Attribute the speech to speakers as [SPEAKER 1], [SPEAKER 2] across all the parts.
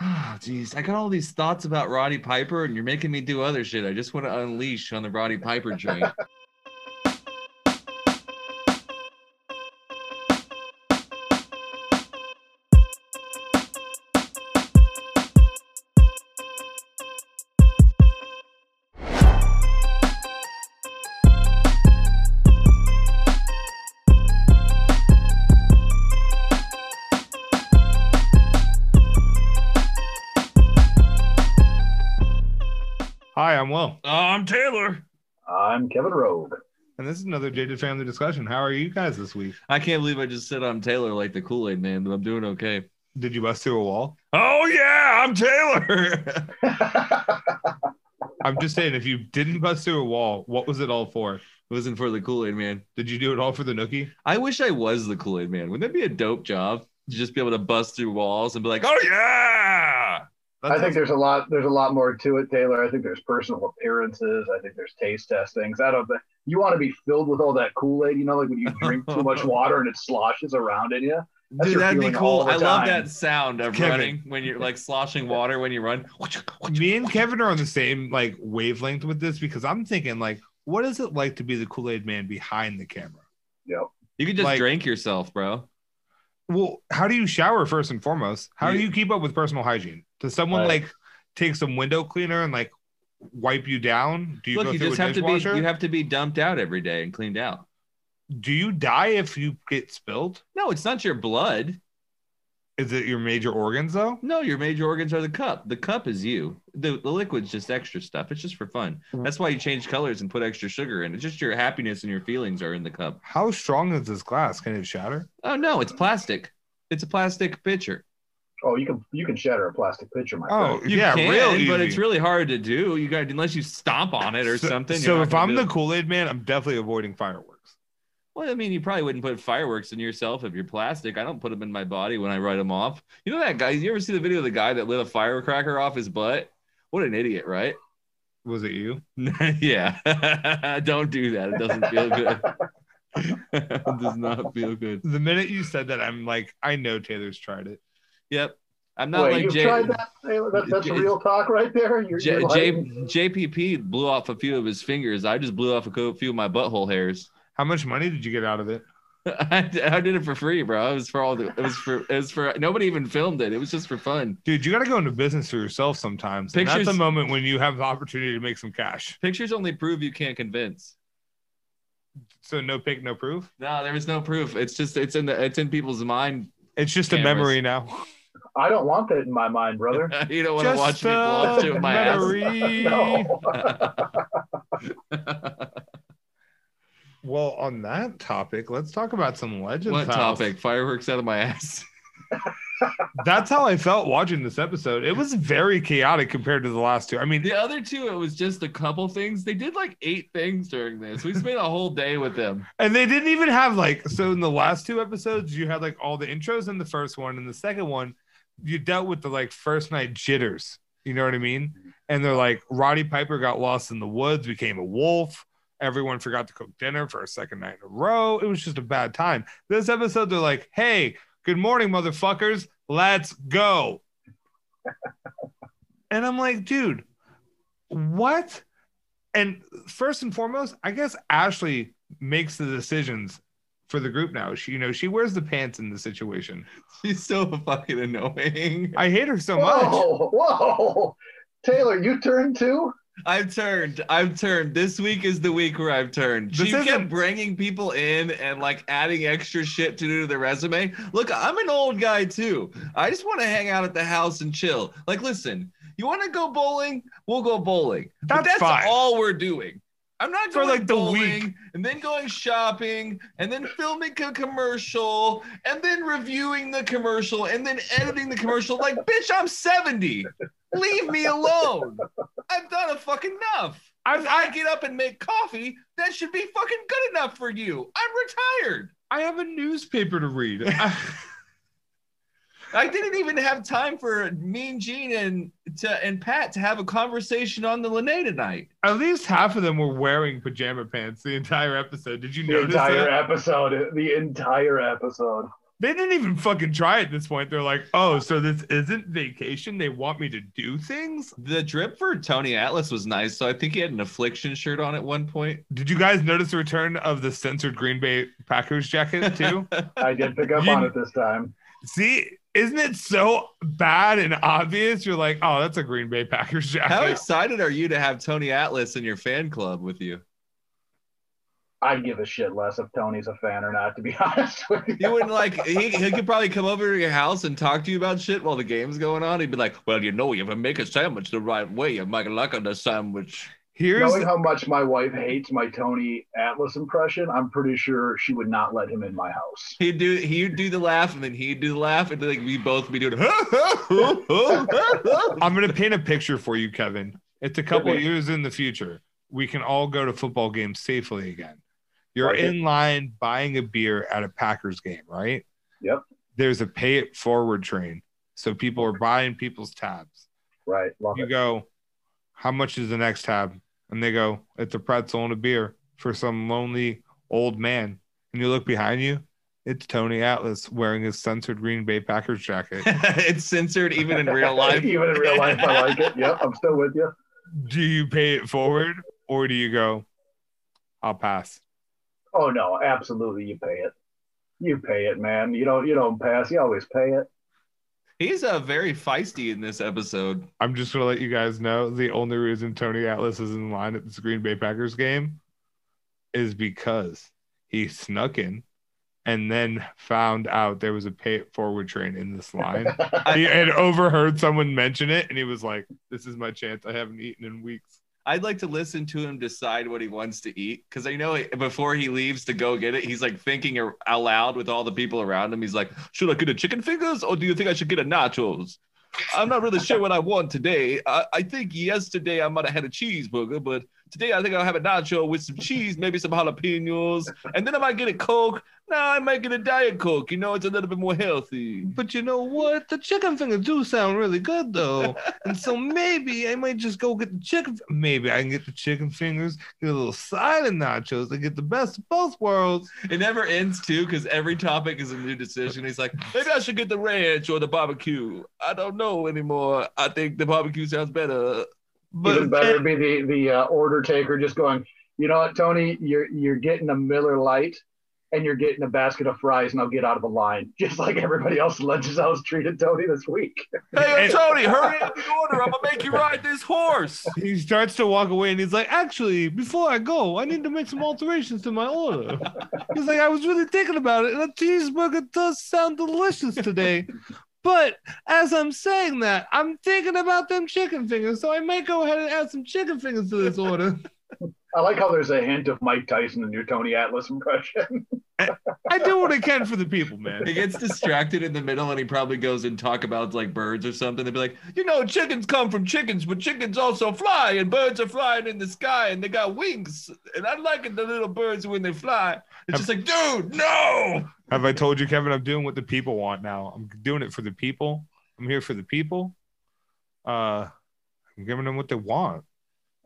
[SPEAKER 1] oh geez, I got all these thoughts about Roddy Piper, and you're making me do other shit. I just want to unleash on the Roddy Piper train.
[SPEAKER 2] Hi, I'm Will,
[SPEAKER 1] I'm Taylor.
[SPEAKER 3] I'm Kevin Rogue.
[SPEAKER 2] and this is another Jaded Family Discussion. How are you guys this week?
[SPEAKER 1] I can't believe I just said I'm Taylor like the Kool Aid Man, but I'm doing okay.
[SPEAKER 2] Did you bust through a wall?
[SPEAKER 1] Oh yeah, I'm Taylor.
[SPEAKER 2] I'm just saying, if you didn't bust through a wall, what was it all for?
[SPEAKER 1] it wasn't for the Kool Aid Man.
[SPEAKER 2] Did you do it all for the nookie?
[SPEAKER 1] I wish I was the Kool Aid Man. Wouldn't that be a dope job? To just be able to bust through walls and be like, oh yeah.
[SPEAKER 3] I think there's a lot. There's a lot more to it, Taylor. I think there's personal appearances. I think there's taste testings. I don't. You want to be filled with all that Kool Aid, you know, like when you drink too much water and it sloshes around in you. That's
[SPEAKER 1] Dude,
[SPEAKER 3] your
[SPEAKER 1] that'd be
[SPEAKER 3] feeling
[SPEAKER 1] cool.
[SPEAKER 3] all the
[SPEAKER 1] I love
[SPEAKER 3] time.
[SPEAKER 1] that sound of
[SPEAKER 2] Kevin.
[SPEAKER 1] running when you're like sloshing water when you run.
[SPEAKER 2] me and Kevin are on the same like wavelength with this because I'm thinking like, what is it like to be the Kool Aid Man behind the camera?
[SPEAKER 3] Yep.
[SPEAKER 1] You could just
[SPEAKER 2] Like-
[SPEAKER 1] drink yourself, bro.
[SPEAKER 2] Well, how do you shower first and foremost? How do
[SPEAKER 1] You-
[SPEAKER 2] you keep up with personal hygiene? Does someone
[SPEAKER 3] Right.
[SPEAKER 2] like take some window cleaner and like wipe you down? Do you
[SPEAKER 1] Look,
[SPEAKER 2] go
[SPEAKER 1] you
[SPEAKER 2] through
[SPEAKER 1] just
[SPEAKER 2] a
[SPEAKER 1] have to be
[SPEAKER 2] dishwasher?
[SPEAKER 1] you have to be dumped out every day and cleaned out.
[SPEAKER 2] do you die if you get spilled?
[SPEAKER 1] No, it's not your blood.
[SPEAKER 2] Is it your major organs though?
[SPEAKER 1] No, your major organs are the cup. The cup is you. The, the liquid's just extra stuff. It's just for fun.
[SPEAKER 2] Mm-hmm.
[SPEAKER 1] That's why you change colors and put extra sugar in. It's just your happiness and your feelings are in the cup.
[SPEAKER 2] How strong is this glass? Can it shatter?
[SPEAKER 1] Oh no, it's plastic. It's a plastic pitcher.
[SPEAKER 3] Oh, you can you can shatter a plastic pitcher, my
[SPEAKER 2] Oh,
[SPEAKER 3] friend.
[SPEAKER 1] Uh, You
[SPEAKER 2] yeah,
[SPEAKER 1] can,
[SPEAKER 2] real
[SPEAKER 1] but
[SPEAKER 2] easy.
[SPEAKER 1] it's really hard to do. You got unless you stomp on it or
[SPEAKER 2] So-
[SPEAKER 1] something. you're
[SPEAKER 2] So
[SPEAKER 1] not
[SPEAKER 2] if
[SPEAKER 1] gonna
[SPEAKER 2] I'm
[SPEAKER 1] do it.
[SPEAKER 2] the Kool Aid Man, I'm definitely avoiding fireworks.
[SPEAKER 1] Well, I mean, you probably wouldn't put fireworks in yourself if you're plastic. I don't put them in my body when I write them off. You know that guy? You ever see the video of the guy that lit a firecracker off his butt? What an idiot, right?
[SPEAKER 2] Was it you?
[SPEAKER 1] yeah. don't do that. It doesn't feel good. it does not feel good.
[SPEAKER 2] The minute you said that, I'm like, I know Taylor's tried it.
[SPEAKER 1] Yep. I'm not
[SPEAKER 3] Wait,
[SPEAKER 1] like
[SPEAKER 3] you've
[SPEAKER 1] J-
[SPEAKER 3] tried that, Taylor? That- that's
[SPEAKER 1] J-
[SPEAKER 3] real talk right there. You're,
[SPEAKER 1] J-
[SPEAKER 3] you're
[SPEAKER 1] J-
[SPEAKER 3] lying.
[SPEAKER 1] JPP blew off a few of his fingers. I just blew off a co- few of my butthole hairs.
[SPEAKER 2] How much money did you get out of it?
[SPEAKER 1] I, I did it for free, bro. It was for all the. It was for. It was for. Nobody even filmed it. It was just for fun.
[SPEAKER 2] Dude, you got to go into business for yourself sometimes. And
[SPEAKER 1] Pictures-
[SPEAKER 2] that's a moment when you have the opportunity to make some cash.
[SPEAKER 1] Pictures only prove you can't convince.
[SPEAKER 2] So no pick, no proof.
[SPEAKER 1] No, there was no proof. It's just it's in the it's in people's mind.
[SPEAKER 2] It's just a
[SPEAKER 1] Cameras.
[SPEAKER 2] memory now.
[SPEAKER 3] I don't want that in my mind, brother.
[SPEAKER 1] you don't want to watch
[SPEAKER 2] Just
[SPEAKER 1] me
[SPEAKER 2] a
[SPEAKER 1] blow up to my ass.
[SPEAKER 2] memory.
[SPEAKER 3] no.
[SPEAKER 2] Well, on that topic, let's talk about some legends.
[SPEAKER 1] What
[SPEAKER 2] House.
[SPEAKER 1] topic? Fireworks out of my ass.
[SPEAKER 2] That's how I felt watching this episode. It was very chaotic compared to the last two. I mean,
[SPEAKER 1] The other two, it was just a couple things. They did like eight things during this. We spent a whole day with them.
[SPEAKER 2] And they didn't even have like so in the last two episodes you had like all the intros in the first one and the second one you dealt with the like first night jitters. You know what I mean? And they're like Roddy Piper got lost in the woods, became a wolf. Everyone forgot to cook dinner for a second night in a row. It was just a bad time. This episode they're like, "Hey, good morning motherfuckers. Let's go." and I'm like, "Dude, what?" And first and foremost, I guess Ashley makes the decisions for the group now. She, you know, she wears the pants in the situation.
[SPEAKER 1] She's so fucking annoying.
[SPEAKER 2] I hate her so much.
[SPEAKER 3] Whoa, whoa, Taylor, you turned too.
[SPEAKER 1] I've turned. I've turned. This week is the week where I've turned.
[SPEAKER 2] This
[SPEAKER 1] She kept
[SPEAKER 2] isn't-
[SPEAKER 1] bringing people in and like adding extra shit to do to their resume. Look, I'm an old guy too. I just want to hang out at the house and chill. Like, listen, you want to go bowling? We'll go bowling. but
[SPEAKER 2] That's
[SPEAKER 1] that's
[SPEAKER 2] fine.
[SPEAKER 1] all we're doing. I'm not
[SPEAKER 2] For,
[SPEAKER 1] going
[SPEAKER 2] like, the
[SPEAKER 1] bowling
[SPEAKER 2] week.
[SPEAKER 1] and then going shopping and then filming a commercial and then reviewing the commercial and then editing the commercial. Like, bitch, I'm 70. Leave me alone. I've done a fucking enough.
[SPEAKER 2] I,
[SPEAKER 1] If I
[SPEAKER 2] I
[SPEAKER 1] get up and make coffee, that should be fucking good enough for you. I'm retired.
[SPEAKER 2] I have a newspaper to read.
[SPEAKER 1] I didn't even have time for Mean Gene and to, and Pat to have a conversation on the Lene tonight.
[SPEAKER 2] At least half of them were wearing pajama pants the entire episode. Did you
[SPEAKER 3] The
[SPEAKER 2] notice
[SPEAKER 3] entire
[SPEAKER 2] that?
[SPEAKER 3] episode. The entire episode.
[SPEAKER 2] They didn't even fucking try at this point. They're like, oh, so this isn't vacation. They want me to do things.
[SPEAKER 1] The drip for Tony Atlas was nice, so I think he had an affliction shirt on at one point.
[SPEAKER 2] Did you guys notice the return of the censored Green Bay Packers jacket too?
[SPEAKER 3] I did pick up
[SPEAKER 2] You-
[SPEAKER 3] on it this time.
[SPEAKER 2] See, isn't it so bad and obvious? You're like, oh, that's a Green Bay Packers
[SPEAKER 1] How
[SPEAKER 2] jacket.
[SPEAKER 1] excited are you to have Tony Atlas in your fan club with you?
[SPEAKER 3] I give a shit less if Tony's a fan or not, to be honest with you.
[SPEAKER 1] You wouldn't like he, he could probably come over to your house and talk to you about shit while the game's going on. He'd be like, "Well, you know, if I make a sandwich the right way, you make a luck on the sandwich."
[SPEAKER 2] Here's
[SPEAKER 3] Knowing how much my wife hates my Tony Atlas impression, I'm pretty sure she would not let him in my house.
[SPEAKER 1] He'd do he'd do the laugh, and then he'd do the laugh, and then like we both be doing.
[SPEAKER 2] I'm gonna paint a picture for you, Kevin. It's a couple
[SPEAKER 3] Okay.
[SPEAKER 2] years in the future. We can all go to football games safely again. You're
[SPEAKER 3] Like it.
[SPEAKER 2] in line buying a beer at a Packers game, right?
[SPEAKER 3] Yep.
[SPEAKER 2] There's a pay it forward train. So people are buying people's tabs.
[SPEAKER 3] Right. Love
[SPEAKER 2] You
[SPEAKER 3] it.
[SPEAKER 2] go, how much is the next tab? And they go, it's a pretzel and a beer for some lonely old man. And you look behind you, it's Tony Atlas wearing his censored Green Bay Packers jacket.
[SPEAKER 1] it's censored even in real life.
[SPEAKER 3] Even in real life, I like it. Yep, I'm still with you.
[SPEAKER 2] do you pay it forward or do you go i'll pass
[SPEAKER 3] Oh no, absolutely you pay it. You pay it, man. You don't you don't pass, you always pay it.
[SPEAKER 1] He's uh, very feisty in this episode.
[SPEAKER 2] i'm just gonna let you guys know the only reason tony atlas is in line at this green bay packers game is because he snuck in and then found out there was a pay it forward train in this line he had overheard someone mention it and he was like this is my chance i haven't eaten in weeks
[SPEAKER 1] I'd like to listen to him decide what he wants to eat because I know it- before he leaves to go get it, he's like thinking ar- out loud with all the people around him. He's like, "Should I get a chicken fingers or do you think I should get a nachos?" I'm not really sure what I want today. I, I think yesterday I might have had a cheeseburger, but today I think I'll have a nacho with some cheese, maybe some jalapenos, and then I might get a coke. No, I might get a diet coke. You know, it's a little bit more healthy.
[SPEAKER 2] but you know what the chicken fingers do sound really good though And so maybe I might just go get the chicken. Maybe I can get the chicken fingers, get a little side of nachos, and get the best of both worlds.
[SPEAKER 1] It never ends too, because every topic is a new decision. He's like, maybe I should get the ranch or the barbecue. I don't know anymore. I think the barbecue sounds better.
[SPEAKER 2] But eh,
[SPEAKER 3] Even better be the the uh, order taker just going, you know what, Tony, you're you're getting a Miller Light, and you're getting a basket of fries, and I'll get out of the line, just like everybody else in Lunches House treated Tony this week.
[SPEAKER 1] Hey, Tony, hurry up and order. I'm gonna make you ride this horse.
[SPEAKER 2] he starts to walk away, and he's like, "Actually, before I go, I need to make some alterations to my order." He's like, "I was really thinking about it, and a cheeseburger does sound delicious today." But as I'm saying that, I'm thinking about them chicken fingers, so I might go ahead and add some chicken fingers to this order.
[SPEAKER 3] I like how there's a hint of Mike Tyson in your Tony Atlas impression.
[SPEAKER 2] I do what I can for the people, man.
[SPEAKER 1] He gets distracted in the middle, and he probably goes and talk about like birds or something. They'd be like, you know, chickens come from chickens, but chickens also fly, and birds are flying in the sky, and they got wings. And I like it, the little birds when they fly. It's just like, dude, no.
[SPEAKER 2] Have I told you, Kevin? I'm doing what the people want now. I'm doing it for the people. I'm here for the people. Uh, I'm giving them what they want,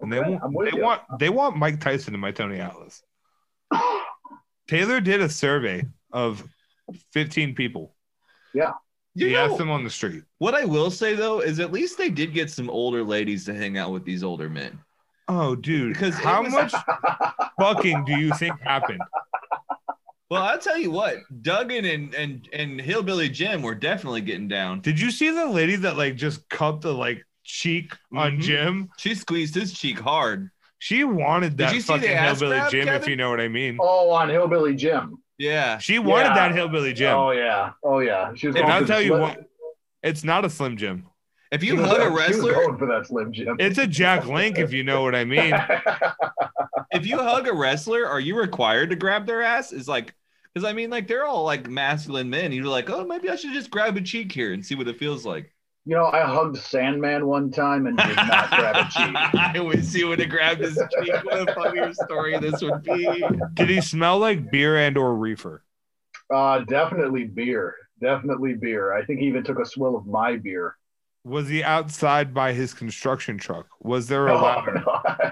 [SPEAKER 2] and they
[SPEAKER 3] Okay,
[SPEAKER 2] want
[SPEAKER 3] I'm with
[SPEAKER 2] they
[SPEAKER 3] you.
[SPEAKER 2] want they want Mike Tyson and my Tony Atlas. Taylor did a survey of 15 people.
[SPEAKER 1] You
[SPEAKER 2] he
[SPEAKER 1] know,
[SPEAKER 2] asked them on the street.
[SPEAKER 1] What I will say though is at least they did get some older ladies to hang out with these older men.
[SPEAKER 2] Oh, dude!
[SPEAKER 1] Because
[SPEAKER 2] Because
[SPEAKER 1] it
[SPEAKER 2] how
[SPEAKER 1] was-
[SPEAKER 2] much fucking do you think happened?
[SPEAKER 1] Well, I'll tell you what, Duggan and and and Hillbilly Jim were definitely getting down.
[SPEAKER 2] Did you see the lady that like just cupped the like cheek on
[SPEAKER 1] Mhm.
[SPEAKER 2] Jim?
[SPEAKER 1] She squeezed his cheek hard.
[SPEAKER 2] She wanted
[SPEAKER 1] Did
[SPEAKER 2] that
[SPEAKER 1] you see the
[SPEAKER 2] fucking
[SPEAKER 1] ass
[SPEAKER 2] hillbilly
[SPEAKER 1] grab,
[SPEAKER 2] Jim, if
[SPEAKER 1] Kevin?
[SPEAKER 2] you know what I mean.
[SPEAKER 3] oh, on Hillbilly Jim.
[SPEAKER 1] Yeah.
[SPEAKER 2] She wanted
[SPEAKER 3] Yeah.
[SPEAKER 2] that hillbilly Jim.
[SPEAKER 3] Oh yeah, oh yeah. She was
[SPEAKER 2] And
[SPEAKER 3] going
[SPEAKER 2] I'll
[SPEAKER 3] for the
[SPEAKER 2] tell you
[SPEAKER 3] slim-
[SPEAKER 2] what, it's not a Slim Jim.
[SPEAKER 1] If
[SPEAKER 3] she
[SPEAKER 1] you
[SPEAKER 3] was
[SPEAKER 1] hug a
[SPEAKER 3] going- she was
[SPEAKER 1] wrestler,
[SPEAKER 3] going for that slim Jim.
[SPEAKER 2] It's a Jack Link, if you know what I mean.
[SPEAKER 1] if you hug a wrestler, are you required to grab their ass? Is like because I mean, like they're all like masculine men. You're like, oh, maybe I should just grab a cheek here and see what it feels like.
[SPEAKER 3] you know, I hugged Sandman one time and did not grab a cheek.
[SPEAKER 1] I wish you would have grabbed his cheek. What a funnier story this would be.
[SPEAKER 2] Did he smell like beer and or reefer?
[SPEAKER 3] Uh, definitely beer. Definitely beer. I think he even took a swill of my beer.
[SPEAKER 2] Was he outside by his construction truck? Was there a
[SPEAKER 3] no,
[SPEAKER 2] ladder?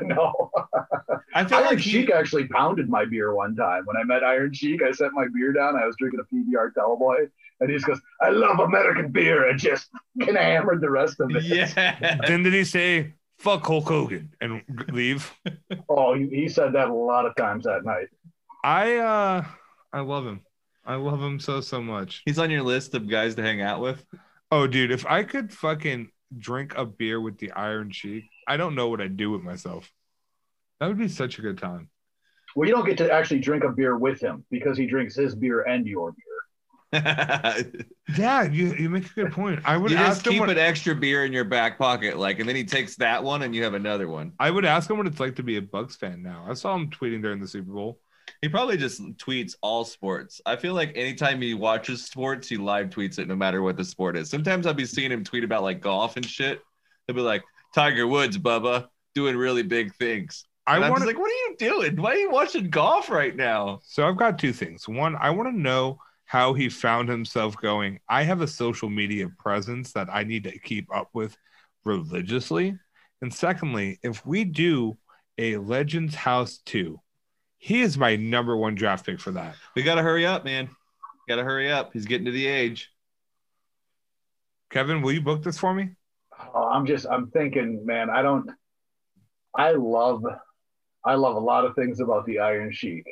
[SPEAKER 3] no, no.
[SPEAKER 1] I feel
[SPEAKER 3] Iron
[SPEAKER 1] like he-
[SPEAKER 3] Sheik actually pounded my beer one time. When I met Iron Sheik, I set my beer down. I was drinking a PBR Doughboy, and he just goes, "I love American beer," and just kind of hammered the rest of it.
[SPEAKER 1] yeah.
[SPEAKER 2] then did he say "fuck Hulk Hogan" and g- leave?
[SPEAKER 3] Oh, he, he said that a lot of times that night.
[SPEAKER 2] I uh, I love him. I love him so so much.
[SPEAKER 1] He's on your list of guys to hang out with.
[SPEAKER 2] Oh, dude, if I could fucking drink a beer with the Iron Sheik, I don't know what I'd do with myself. That would be such a good time.
[SPEAKER 3] Well, you don't get to actually drink a beer with him because he drinks his beer and your beer.
[SPEAKER 1] you
[SPEAKER 2] Yeah, you, you make a good point. I would
[SPEAKER 1] just
[SPEAKER 2] ask him
[SPEAKER 1] keep
[SPEAKER 2] what,
[SPEAKER 1] an extra beer in your back pocket, like, and then he takes that one, and you have another one.
[SPEAKER 2] I would ask him what it's like to be a Bucks fan now. I saw him tweeting during the Super Bowl.
[SPEAKER 1] He probably just tweets all sports. I feel like anytime he watches sports, he live tweets it, no matter what the sport is. Sometimes I'll be seeing him tweet about like golf and shit. He'll be like, "Tiger Woods, Bubba, doing really big things." And
[SPEAKER 2] I
[SPEAKER 1] I'm
[SPEAKER 2] want
[SPEAKER 1] just like, "What are you doing? Why are you watching golf right now?"
[SPEAKER 2] So I've got two things. One, I want to know how he found himself going, I have a social media presence that I need to keep up with religiously. And secondly, if we do a Legends House 2, he is my number one draft pick for that.
[SPEAKER 1] We gotta hurry up, man. Gotta hurry up. He's getting to the age.
[SPEAKER 2] Kevin, will you book this for me?
[SPEAKER 3] Oh, I'm just I'm thinking, man, I don't I love I love a lot of things about the Iron Sheik.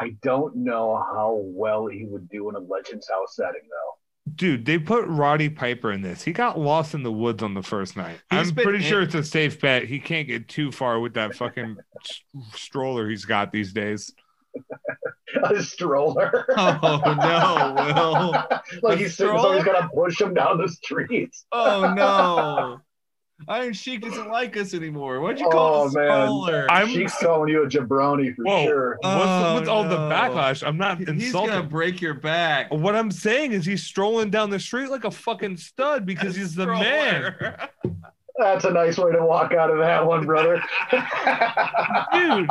[SPEAKER 3] I don't know how well he would do in a Legends House setting though.
[SPEAKER 2] Dude, they put Roddy Piper in this. He got lost in the woods on the first night.
[SPEAKER 1] He's
[SPEAKER 2] I'm
[SPEAKER 1] been
[SPEAKER 2] pretty
[SPEAKER 1] in-
[SPEAKER 2] sure it's a safe bet. He can't get too far with that fucking s- stroller he's got these days.
[SPEAKER 3] A stroller.
[SPEAKER 1] Oh no, Will.
[SPEAKER 3] like
[SPEAKER 1] A
[SPEAKER 3] he's someone's
[SPEAKER 1] stroller?
[SPEAKER 3] gonna push him down the streets.
[SPEAKER 1] Oh no. Iron Sheik doesn't like us anymore. Why'd you
[SPEAKER 3] Oh,
[SPEAKER 1] call us
[SPEAKER 3] man.
[SPEAKER 1] smaller?
[SPEAKER 2] I'm-
[SPEAKER 3] Sheik's calling you a jabroni for
[SPEAKER 2] Whoa.
[SPEAKER 3] sure.
[SPEAKER 2] What's,
[SPEAKER 1] Oh,
[SPEAKER 2] what's all the
[SPEAKER 1] no.
[SPEAKER 2] backlash? I'm not
[SPEAKER 1] He's
[SPEAKER 2] insulting.
[SPEAKER 1] gonna break your back.
[SPEAKER 2] What I'm saying is he's strolling down the street like a fucking stud because he's the man.
[SPEAKER 1] Stroller.
[SPEAKER 3] That's a nice way to walk out of that one, brother.
[SPEAKER 2] Dude,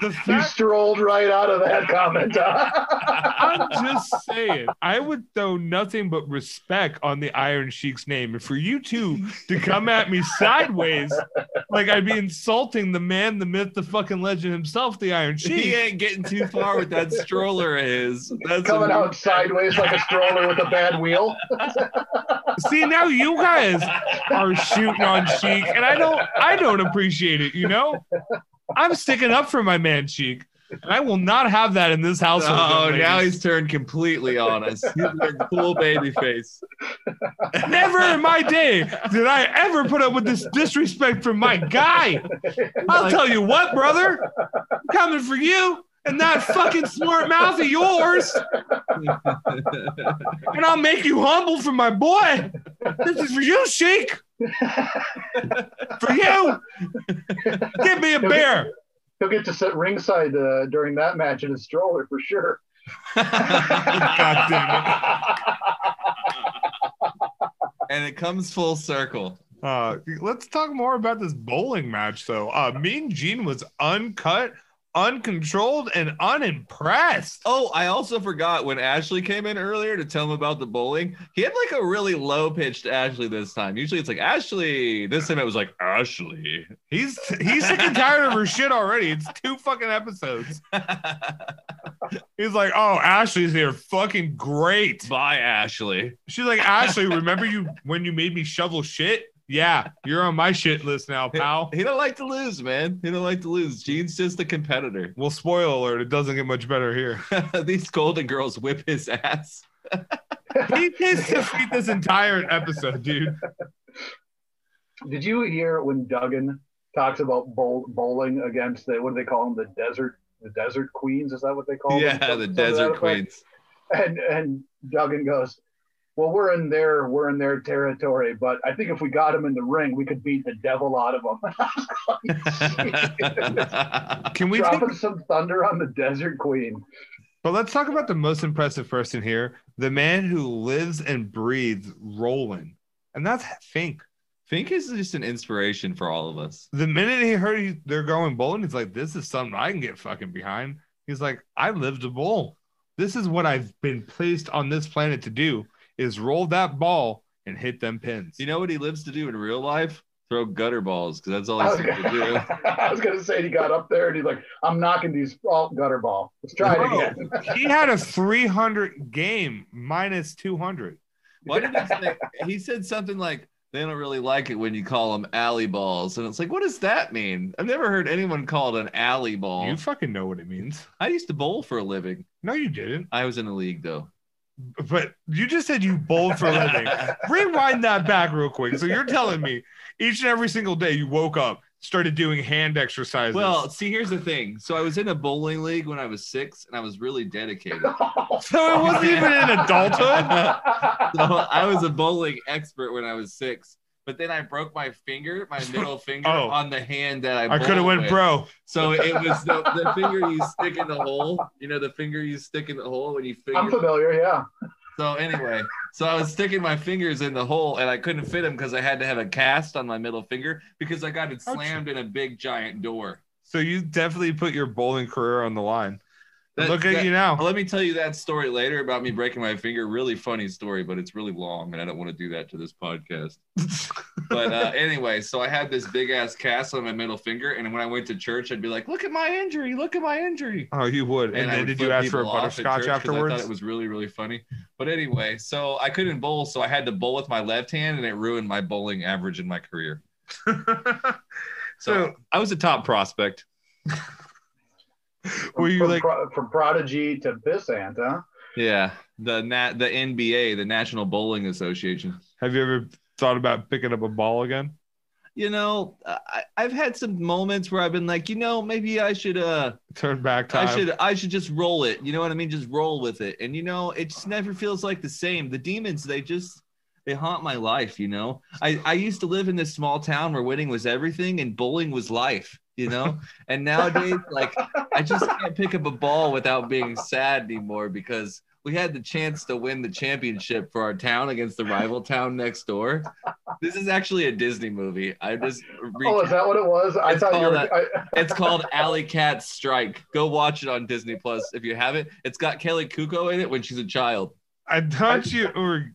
[SPEAKER 2] the
[SPEAKER 3] you
[SPEAKER 2] fact
[SPEAKER 3] strolled right out of that comment.
[SPEAKER 2] I'm just saying, I would throw nothing but respect on the Iron Sheik's name. And for you two to come at me sideways, like I'd be insulting the man, the myth, the fucking legend himself, the Iron
[SPEAKER 1] He
[SPEAKER 2] Sheik.
[SPEAKER 1] ain't getting too far with that stroller of his. That's
[SPEAKER 3] coming
[SPEAKER 1] a-
[SPEAKER 3] out sideways like a stroller with a bad wheel.
[SPEAKER 2] See, now you guys are shooting on Sheik, and I don't I don't appreciate it, you know? I'm sticking up for my man Sheik. And I will not have that in this household.
[SPEAKER 1] Oh,
[SPEAKER 2] young
[SPEAKER 1] now
[SPEAKER 2] ladies.
[SPEAKER 1] he's turned completely on us. He's a cool baby face.
[SPEAKER 2] Never in my day did I ever put up with this disrespect from my guy. I'll tell you what, brother, I'm coming for you and that fucking smart mouth of yours, and I'll make you humble for my boy. This is for you, Sheik. For you. Give me a bear.
[SPEAKER 3] He'll get to sit ringside uh, during that match in a stroller for sure.
[SPEAKER 2] God damn it.
[SPEAKER 1] and it comes full circle.
[SPEAKER 2] Uh, let's talk more about this bowling match, though. Uh, mean Gene was uncut, uncontrolled, and unimpressed.
[SPEAKER 1] Oh, I also forgot when Ashley came in earlier to tell him about the bowling. He had like a really low pitched Ashley this time. Usually it's like Ashley. This time it was like Ashley.
[SPEAKER 2] He's he's sick and tired of her shit already. It's two fucking episodes. He's like, oh, Ashley's here. Fucking great.
[SPEAKER 1] Bye, Ashley.
[SPEAKER 2] She's like, Ashley, remember you when you made me shovel shit? Yeah, you're on my shit list now, pal.
[SPEAKER 1] He don't like to lose, man. He don't like to lose. Gene's just a competitor.
[SPEAKER 2] Well, spoiler alert, it doesn't get much better here.
[SPEAKER 1] These golden girls whip his ass.
[SPEAKER 2] He needs to defeat this entire episode, dude.
[SPEAKER 3] Did you hear when Duggan talks about bowl, bowling against the what do they call them? The desert, the desert queens. Is that what they call them?
[SPEAKER 1] yeah, the
[SPEAKER 3] Something to that
[SPEAKER 1] desert
[SPEAKER 3] effect?
[SPEAKER 1] queens.
[SPEAKER 3] And and Duggan goes, "Well, we're in their we're in their territory, but I think if we got him in the ring, we could beat the devil out of him."
[SPEAKER 2] Can we take
[SPEAKER 3] Dropping some thunder on the desert queen.
[SPEAKER 2] But let's talk about the most impressive person here, the man who lives and breathes Roland. And that's Fink.
[SPEAKER 1] Fink is just an inspiration for all of us.
[SPEAKER 2] The minute he heard he, they're going bowling, he's like, this is something I can get fucking behind. He's like, I lived a bowl. This is what I've been placed on this planet to do is roll that ball and hit them pins.
[SPEAKER 1] You know what he lives to do in real life? throw gutter balls because that's all
[SPEAKER 3] I
[SPEAKER 1] he
[SPEAKER 3] was,
[SPEAKER 1] seems to do.
[SPEAKER 3] gonna, Oh, I was gonna say he got up there and he's like, I'm knocking these oh, gutter ball. Let's try it
[SPEAKER 2] Bro,
[SPEAKER 3] again.
[SPEAKER 2] he had a 300 game minus 200.
[SPEAKER 1] Why did he say? He said something like, "They don't really like it when you call them alley balls," and it's like, what does that mean? I've never heard anyone call it an alley ball.
[SPEAKER 2] You fucking know what it means.
[SPEAKER 1] I used to bowl for a living.
[SPEAKER 2] No, you didn't.
[SPEAKER 1] I was in a league though.
[SPEAKER 2] But you just said you bowled for a living. Rewind that back real quick. So you're telling me each and every single day you woke up, started doing hand exercises.
[SPEAKER 1] Well, see, here's the thing. So I was in a bowling league when I was six, and I was really dedicated.
[SPEAKER 2] so it wasn't even in adulthood.
[SPEAKER 1] So I was a bowling expert when I was six, but then I broke my finger, my middle finger,
[SPEAKER 2] Oh.
[SPEAKER 1] on the hand that I.
[SPEAKER 2] I could have
[SPEAKER 1] bowled
[SPEAKER 2] went,
[SPEAKER 1] with.
[SPEAKER 2] bro.
[SPEAKER 1] So it was the, the finger you stick in the hole. You know, the finger you stick in the hole when you finger.
[SPEAKER 3] I'm familiar, yeah.
[SPEAKER 1] So anyway, so I was sticking my fingers in the hole and I couldn't fit them because I had to have a cast on my middle finger because I got it
[SPEAKER 2] Ouch.
[SPEAKER 1] slammed in a big giant door.
[SPEAKER 2] So you definitely put your bowling career on the line.
[SPEAKER 1] That-
[SPEAKER 2] Look at
[SPEAKER 1] that-
[SPEAKER 2] you now.
[SPEAKER 1] Let me tell you that story later about me breaking my finger. Really funny story, but it's really long, and I don't want to do that to this podcast. but uh, anyway, so I had this big ass cast on my middle finger, and when I went to church, I'd be like, "Look at my injury! Look at my injury!"
[SPEAKER 2] Oh, you would. And,
[SPEAKER 1] I
[SPEAKER 2] then
[SPEAKER 1] would
[SPEAKER 2] did you
[SPEAKER 1] flip
[SPEAKER 2] ask for a
[SPEAKER 1] people off at
[SPEAKER 2] butterscotch
[SPEAKER 1] church 'cause
[SPEAKER 2] afterwards?
[SPEAKER 1] I thought it was really, really funny. But anyway, so I couldn't bowl, so I had to bowl with my left hand, and it ruined my bowling average in my career. So,
[SPEAKER 2] So-
[SPEAKER 1] I was a top prospect.
[SPEAKER 2] Were you
[SPEAKER 3] from,
[SPEAKER 2] like-
[SPEAKER 3] Pro- from prodigy to pissant, huh?
[SPEAKER 1] Yeah, the nat the NBA, the National Bowling Association.
[SPEAKER 2] Have you ever thought about picking up a ball again?
[SPEAKER 1] You know, I, I've had some moments where I've been like, you know, maybe I should uh
[SPEAKER 2] Turn back time.
[SPEAKER 1] I should I should just roll it. You know what I mean? Just roll with it. And you know, it just never feels like the same. The demons, they just they haunt my life, you know. I, I used to live in this small town where winning was everything and bowling was life, you know? and nowadays, like I just can't pick up a ball without being sad anymore because we had the chance to win the championship for our town against the rival town next door. This is actually a Disney movie. I just
[SPEAKER 3] Oh, is that what it was? I
[SPEAKER 1] It's
[SPEAKER 3] thought you
[SPEAKER 1] called
[SPEAKER 3] were.
[SPEAKER 1] a-
[SPEAKER 3] I,
[SPEAKER 1] it's called Alley Cat Strike. Go watch it on Disney Plus if you haven't. It's got Kelly Kuko in it when she's a child.
[SPEAKER 2] I thought you were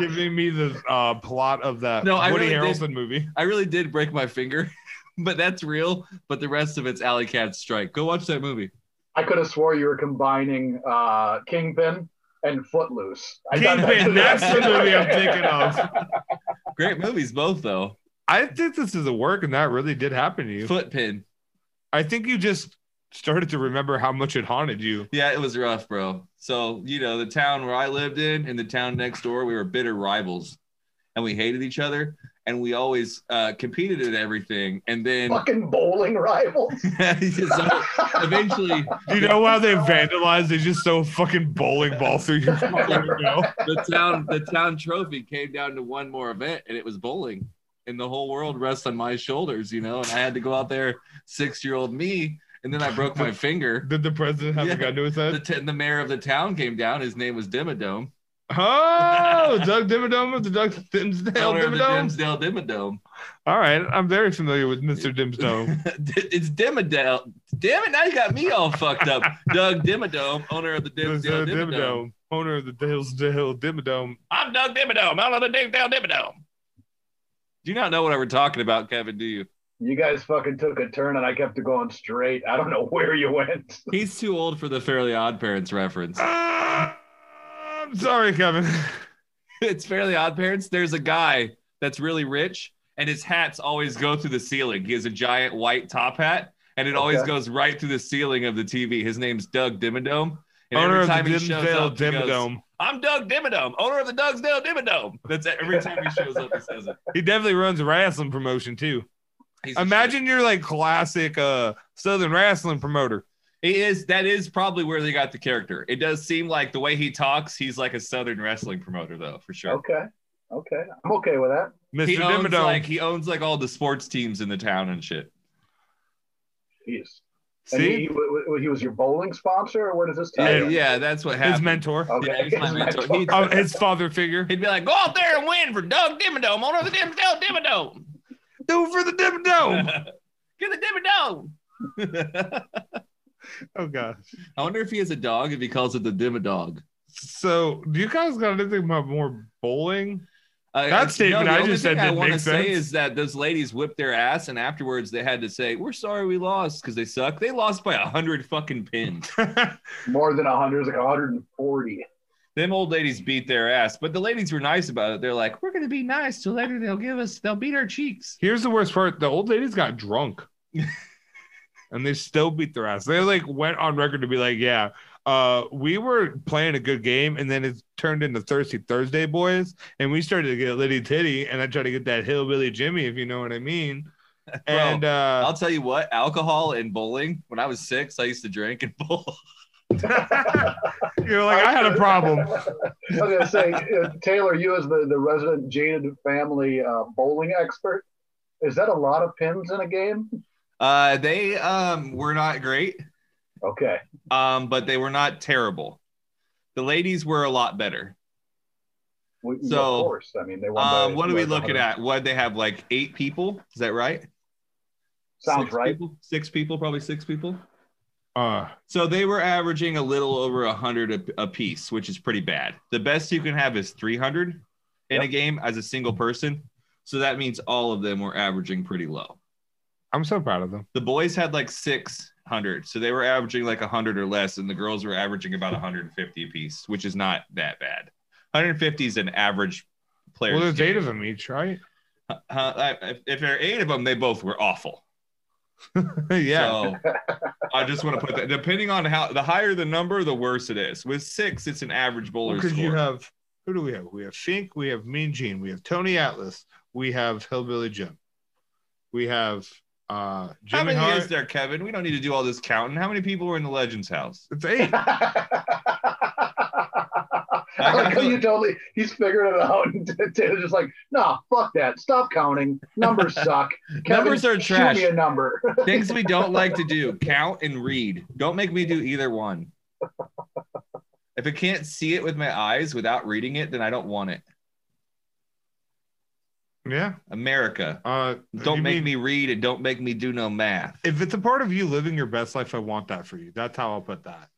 [SPEAKER 2] giving me the uh, plot of that
[SPEAKER 1] No, I
[SPEAKER 2] Woody
[SPEAKER 1] really
[SPEAKER 2] Harrelson
[SPEAKER 1] did.
[SPEAKER 2] movie.
[SPEAKER 1] I really did break my finger, but that's real. But the rest of it's Alley Cat Strike. Go watch that movie.
[SPEAKER 3] I could have swore you were combining uh, Kingpin and Footloose. I thought
[SPEAKER 2] Kingpin, that's the movie I'm thinking of.
[SPEAKER 1] Great movies, both though.
[SPEAKER 2] I think this is a work, and that really did happen to you.
[SPEAKER 1] Footpin.
[SPEAKER 2] I think you just started to remember how much it haunted you.
[SPEAKER 1] Yeah, it was rough, bro. So you know, the town where I lived in and the town next door, we were bitter rivals, and we hated each other, and we always uh, competed at everything. And then
[SPEAKER 3] Fucking bowling rivals.
[SPEAKER 1] so eventually,
[SPEAKER 2] You know how they vandalized? They just throw a fucking bowling ball through your fucking window.
[SPEAKER 1] the town the town trophy came down to one more event and it was bowling and the whole world rests on my shoulders you know and i had to go out there six year old me and then i broke my finger
[SPEAKER 2] Did the president have
[SPEAKER 1] Yeah.
[SPEAKER 2] a gun to his
[SPEAKER 1] the,
[SPEAKER 2] head?
[SPEAKER 1] t- the mayor of the town came down his name was dimmadome
[SPEAKER 2] Oh, Doug Dimmadome of the Doug Dimsdale
[SPEAKER 1] owner of the
[SPEAKER 2] Dimmadome.
[SPEAKER 1] dimsdale dimmadome
[SPEAKER 2] All right, I'm very familiar with Mr. Dimsdome.
[SPEAKER 1] it's dimmadome damn it now you got me all fucked up doug dimmadome owner of the
[SPEAKER 2] There's
[SPEAKER 1] dimsdale
[SPEAKER 2] a
[SPEAKER 1] dimmadome
[SPEAKER 2] Dimmadome, owner of the Dillsdale Dimmadome.
[SPEAKER 1] i'm doug dimmadome owner of the dimsdale dimmadome do you not know what I were talking about, Kevin? Do you?
[SPEAKER 3] You guys fucking took a turn and I kept going straight. I don't know where you went.
[SPEAKER 1] He's too old for the Fairly Odd Parents reference.
[SPEAKER 2] Ah, I'm sorry, Kevin.
[SPEAKER 1] it's Fairly Odd Parents. There's a guy that's really rich, and his hats always go through the ceiling. He has a giant white top hat, and it always
[SPEAKER 3] Okay.
[SPEAKER 1] goes right through the ceiling of the TV. His name's Doug Dimmadome. And every
[SPEAKER 2] owner of the
[SPEAKER 1] time he shows
[SPEAKER 2] Dimsdale
[SPEAKER 1] up, he goes,
[SPEAKER 2] Dimmadome.
[SPEAKER 1] I'm Doug Dimmadome, owner of the Dougsdale Dimmadome. That's it. every time he shows up, he says it.
[SPEAKER 2] He definitely runs a wrestling promotion too.
[SPEAKER 1] He's a
[SPEAKER 2] Imagine you're like classic uh Southern wrestling promoter.
[SPEAKER 1] shit. he is that is probably where they got the character. It does seem like the way he talks, he's like a Southern wrestling promoter, though, for sure.
[SPEAKER 3] Okay. Okay. I'm okay with that.
[SPEAKER 2] Mr.
[SPEAKER 1] He owns,
[SPEAKER 2] Dimmadome.
[SPEAKER 1] like, he owns like all the sports teams in the town and shit.
[SPEAKER 3] Jeez. And he,
[SPEAKER 2] See?
[SPEAKER 3] he, wa- he was your bowling sponsor, or where does this tie
[SPEAKER 1] Yeah,
[SPEAKER 3] in?
[SPEAKER 1] that's what happened.
[SPEAKER 2] his mentor.
[SPEAKER 3] Okay.
[SPEAKER 1] Yeah, he's my mentor. Oh, He-
[SPEAKER 2] Oh, his father figure.
[SPEAKER 1] He'd be like, go out there and win for Doug Dimmadome, owner of the Dimmadome Dimmadome.
[SPEAKER 2] Do for the Dimmadome.
[SPEAKER 1] Get the Dimmadome.
[SPEAKER 2] oh gosh.
[SPEAKER 1] I wonder if he has a dog, if he calls it the Dimmadog.
[SPEAKER 2] So do you guys got anything about more bowling?
[SPEAKER 1] I-
[SPEAKER 2] That
[SPEAKER 1] I-
[SPEAKER 2] statement
[SPEAKER 1] the
[SPEAKER 2] I
[SPEAKER 1] only
[SPEAKER 2] just
[SPEAKER 1] thing
[SPEAKER 2] said
[SPEAKER 1] I
[SPEAKER 2] didn't
[SPEAKER 1] want to
[SPEAKER 2] make
[SPEAKER 1] say
[SPEAKER 2] sense.
[SPEAKER 1] is that those ladies whipped their ass, and afterwards they had to say, "We're sorry we lost" because they suck. They lost by a hundred fucking pins.
[SPEAKER 3] More than 100, it's like 140.
[SPEAKER 1] Them old ladies beat their ass, but the ladies were nice about it. They're like, "We're gonna be nice till later. They'll give us. They'll beat our cheeks."
[SPEAKER 2] Here's the worst part: the old ladies got drunk, and they still beat their ass. They like went on record to be like, "Yeah, uh, we were playing a good game, and then it turned into Thirsty Thursday boys, and we started to get litty titty, and I tried to get that hillbilly Jimmy, if you know what I mean." And uh,
[SPEAKER 1] I'll tell you what, alcohol and bowling. When I was six, I used to drink and bowl.
[SPEAKER 2] you're like, I had a problem.
[SPEAKER 3] I was gonna say, uh, Taylor, you as the, the resident jaded family uh, bowling expert, is that a lot of pins in a game?
[SPEAKER 1] Uh, they um, were not great,
[SPEAKER 3] Okay,
[SPEAKER 1] um, but they were not terrible. The ladies were a lot better.
[SPEAKER 3] we,
[SPEAKER 1] So,
[SPEAKER 3] of course. I mean, they won. by-
[SPEAKER 1] Um, what are we
[SPEAKER 3] by
[SPEAKER 1] looking
[SPEAKER 3] 100.
[SPEAKER 1] at? What they have like eight people? Is that right?
[SPEAKER 3] Sounds
[SPEAKER 1] six
[SPEAKER 3] right.
[SPEAKER 1] People? Six people, probably six people.
[SPEAKER 2] Uh,
[SPEAKER 1] So they were averaging a little over a hundred a- a piece, which is pretty bad. The best you can have is three hundred in a
[SPEAKER 3] Yep.
[SPEAKER 1] game as a single person. So that means all of them were averaging pretty low.
[SPEAKER 2] I'm so proud of them.
[SPEAKER 1] The boys had like six hundred, so they were averaging like hundred or less, and the girls were averaging about one hundred and fifty a piece, which is not that bad. One hundred fifty is an average player.
[SPEAKER 2] Well, there's eight of them each, right?
[SPEAKER 1] if, if there are eight of them, they both were awful.
[SPEAKER 2] yeah.
[SPEAKER 1] So I just want to put that. Depending on how the higher the number, the worse it is. With six, it's an average bowler
[SPEAKER 2] because
[SPEAKER 1] score.
[SPEAKER 2] you have who do we have? We have Fink, we have Mean Gene, we have Tony Atlas, we have Hillbilly Jim, we have uh
[SPEAKER 1] how
[SPEAKER 2] Jimmy
[SPEAKER 1] many
[SPEAKER 2] Hart.
[SPEAKER 1] is there, Kevin? We don't need to do all this counting. How many people were in the Legends house?
[SPEAKER 2] It's eight.
[SPEAKER 3] I like how you totally he's figured it out and Taylor's just like, nah, fuck that. Stop counting. Numbers suck. Kevin,
[SPEAKER 1] Numbers are
[SPEAKER 3] shoot
[SPEAKER 1] trash.
[SPEAKER 3] me a number.
[SPEAKER 1] Things we don't like to do: count and read. Don't make me do either one. If I can't see it with my eyes without reading it, then I don't want it.
[SPEAKER 2] yeah.
[SPEAKER 1] America,
[SPEAKER 2] Uh,
[SPEAKER 1] don't
[SPEAKER 2] you
[SPEAKER 1] make
[SPEAKER 2] mean-
[SPEAKER 1] me read and don't make me do no math.
[SPEAKER 2] If it's a part of you living your best life, I want that for you. That's how I'll put that.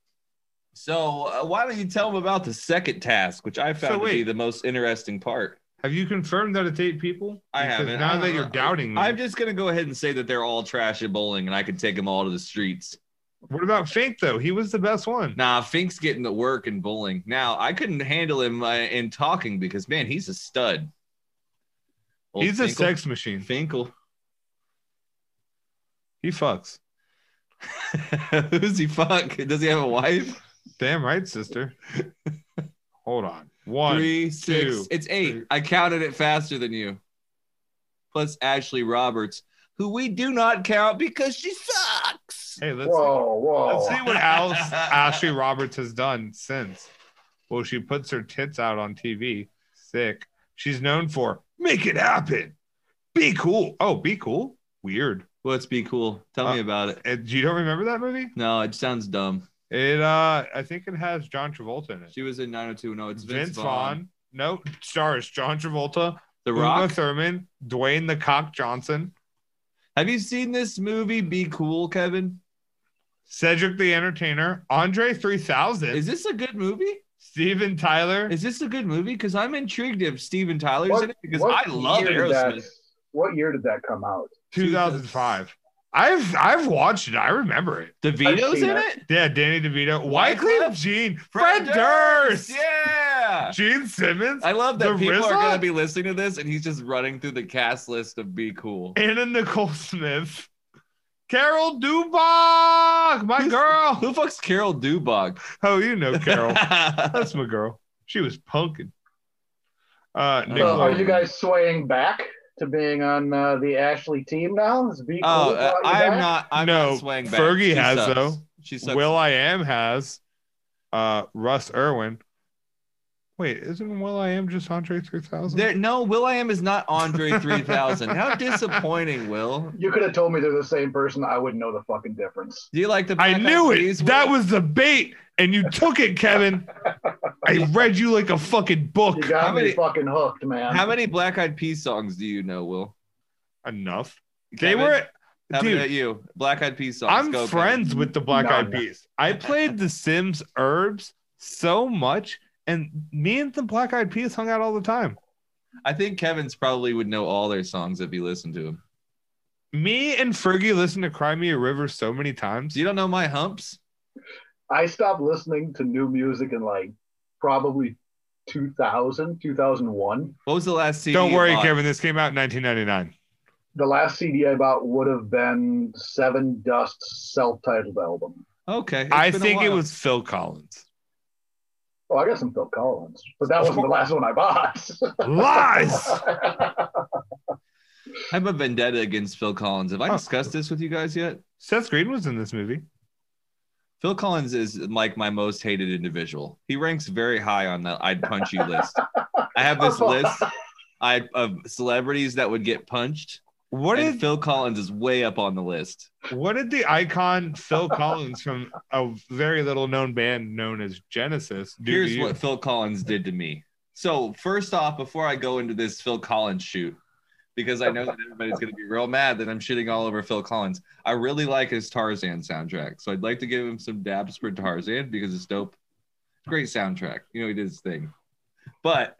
[SPEAKER 1] So uh, why don't you tell them about the second task, which I
[SPEAKER 2] So
[SPEAKER 1] found to be
[SPEAKER 2] wait.
[SPEAKER 1] the most interesting part?
[SPEAKER 2] Have you confirmed that it's eight people?
[SPEAKER 1] I
[SPEAKER 2] Because
[SPEAKER 1] haven't.
[SPEAKER 2] Now
[SPEAKER 1] I-
[SPEAKER 2] that you're doubting me,
[SPEAKER 1] I'm just gonna go ahead and say that they're all trash at bowling, and I could take them all to the streets.
[SPEAKER 2] what about Fink though? He was the best one.
[SPEAKER 1] Nah, Fink's getting the work in bowling. Now I couldn't handle him uh, in talking because man, he's a stud. Old
[SPEAKER 2] He's a
[SPEAKER 1] Finkel.
[SPEAKER 2] sex machine.
[SPEAKER 1] Finkel.
[SPEAKER 2] He fucks.
[SPEAKER 1] Who's he fuck? Does he have a wife?
[SPEAKER 2] Damn right, sister. Hold on. One.
[SPEAKER 1] Three, six.
[SPEAKER 2] two,
[SPEAKER 1] it's eight.
[SPEAKER 2] three.
[SPEAKER 1] I counted it faster than you. Plus Ashley Roberts, who we do not count because she sucks.
[SPEAKER 2] Hey, let's
[SPEAKER 3] whoa,
[SPEAKER 2] Let's
[SPEAKER 1] Oh.
[SPEAKER 3] whoa.
[SPEAKER 2] see what else Ashley Roberts has done since. Well, she puts her tits out on TV. Sick. She's known for make it happen. Be cool. Oh, be cool. Weird.
[SPEAKER 1] Let's be cool. Tell me
[SPEAKER 2] Uh,
[SPEAKER 1] about it.
[SPEAKER 2] And you don't remember that movie?
[SPEAKER 1] No, it sounds dumb.
[SPEAKER 2] It uh I think it has John Travolta in it.
[SPEAKER 1] She was in 902. No, it's
[SPEAKER 2] Vince, Vaughn. No, stars John Travolta,
[SPEAKER 1] The
[SPEAKER 2] Uma
[SPEAKER 1] Rock.
[SPEAKER 2] Thurman, Dwayne the Cock Johnson,
[SPEAKER 1] Have you seen this movie, Be Cool, Kevin?
[SPEAKER 2] Cedric the Entertainer, Andre 3000,
[SPEAKER 1] Is this a good movie?
[SPEAKER 2] Steven Tyler.
[SPEAKER 1] Is this a good movie? Because I'm intrigued if Steven Tyler's
[SPEAKER 3] What-
[SPEAKER 1] in it because
[SPEAKER 3] what
[SPEAKER 1] I love
[SPEAKER 3] year did that-
[SPEAKER 1] Aerosmith.
[SPEAKER 3] What year did that come out?
[SPEAKER 2] 2005. I've I've watched it. I remember it.
[SPEAKER 3] I've
[SPEAKER 1] DeVito's
[SPEAKER 3] seen
[SPEAKER 1] in
[SPEAKER 3] it.
[SPEAKER 1] it?
[SPEAKER 2] Yeah, Danny DeVito,
[SPEAKER 1] Wyclef?
[SPEAKER 2] Wyclef Jean, Fred Durst,
[SPEAKER 1] Yeah.
[SPEAKER 2] Gene Simmons,
[SPEAKER 1] I love that
[SPEAKER 2] The
[SPEAKER 1] people are
[SPEAKER 2] RZA?
[SPEAKER 1] going to be listening to this and he's just running through the cast list of Be Cool.
[SPEAKER 2] Anna Nicole Smith, Carol Dubach, my
[SPEAKER 1] Who's-
[SPEAKER 2] girl.
[SPEAKER 1] Who fucks Carol Dubog?
[SPEAKER 2] Oh, you know Carol.
[SPEAKER 1] Carol.
[SPEAKER 2] That's my girl. She was punking. Uh,
[SPEAKER 1] Oh,
[SPEAKER 2] Nick
[SPEAKER 3] So are
[SPEAKER 2] Lowe.
[SPEAKER 3] you guys swaying back to being on uh, the Ashley team now? Is B
[SPEAKER 1] Oh,
[SPEAKER 3] cool
[SPEAKER 1] uh,
[SPEAKER 3] brought you
[SPEAKER 1] I'm
[SPEAKER 3] back?
[SPEAKER 1] not. I'm
[SPEAKER 2] No,
[SPEAKER 1] not swaying back.
[SPEAKER 2] Fergie has,
[SPEAKER 1] sucks.
[SPEAKER 2] though.
[SPEAKER 1] She sucks.
[SPEAKER 2] Will I Am has uh, Russ Irwin. Wait, isn't Will I Am just Andre 3000?
[SPEAKER 1] there, no, Will I Am is not Andre 3000. How disappointing, Will.
[SPEAKER 3] You could have told me they're the same person. I wouldn't know the fucking difference.
[SPEAKER 1] Do you like the?
[SPEAKER 2] I
[SPEAKER 1] Black Eyed
[SPEAKER 2] knew it.
[SPEAKER 1] Peas, Will?
[SPEAKER 2] That was the bait, and you took it, Kevin. I read you like a fucking book.
[SPEAKER 3] You
[SPEAKER 1] How
[SPEAKER 3] got me
[SPEAKER 1] many-
[SPEAKER 3] fucking hooked, man.
[SPEAKER 1] How many Black Eyed Peas songs do you know, Will?
[SPEAKER 2] Enough.
[SPEAKER 1] Kevin,
[SPEAKER 2] they were,
[SPEAKER 1] How many
[SPEAKER 2] dude.
[SPEAKER 1] about you? Black Eyed Peas songs.
[SPEAKER 2] I'm
[SPEAKER 1] Go, Kevin.
[SPEAKER 2] friends with the Black Eyed
[SPEAKER 3] None.
[SPEAKER 2] Peas. I played The Sims Herbs so much, and me and the Black Eyed Peas hung out all the time.
[SPEAKER 1] I think Kevin's probably would know all their songs if he listened to them.
[SPEAKER 2] Me and Fergie listened to Cry Me a River so many times.
[SPEAKER 1] You don't know my humps?
[SPEAKER 3] I stopped listening to new music in like probably 2000, 2001.
[SPEAKER 1] What was the last CD?
[SPEAKER 2] Don't
[SPEAKER 1] you
[SPEAKER 2] worry,
[SPEAKER 1] bought?
[SPEAKER 2] Kevin. This came out in 1999.
[SPEAKER 3] The last CD I bought would have been Seven Dust's self-titled album.
[SPEAKER 1] Okay. it's
[SPEAKER 2] I
[SPEAKER 1] been a
[SPEAKER 2] think it
[SPEAKER 1] while.
[SPEAKER 2] was Phil Collins.
[SPEAKER 3] Oh, I got some Phil Collins, but that wasn't the last one I bought.
[SPEAKER 2] Lies.
[SPEAKER 1] I have a vendetta against Phil Collins. Have I
[SPEAKER 2] Oh.
[SPEAKER 1] discussed this with you guys yet?
[SPEAKER 2] Seth Green was in this movie.
[SPEAKER 1] Phil Collins is like my most hated individual. He ranks very high on the I'd punch you list. I have this list I, of celebrities that would get punched,
[SPEAKER 2] What
[SPEAKER 1] and
[SPEAKER 2] did
[SPEAKER 1] Phil Collins is way up on the list.
[SPEAKER 2] what did the icon Phil Collins from a very little known band known as Genesis do?
[SPEAKER 1] Here's
[SPEAKER 2] to you?
[SPEAKER 1] what Phil Collins did to me. So first off, before I go into this Phil Collins shoot, because I know that everybody's going to be real mad that I'm shitting all over Phil Collins. I really like his Tarzan soundtrack, so I'd like to give him some dabs for Tarzan because it's dope. Great soundtrack. You know he did his thing, but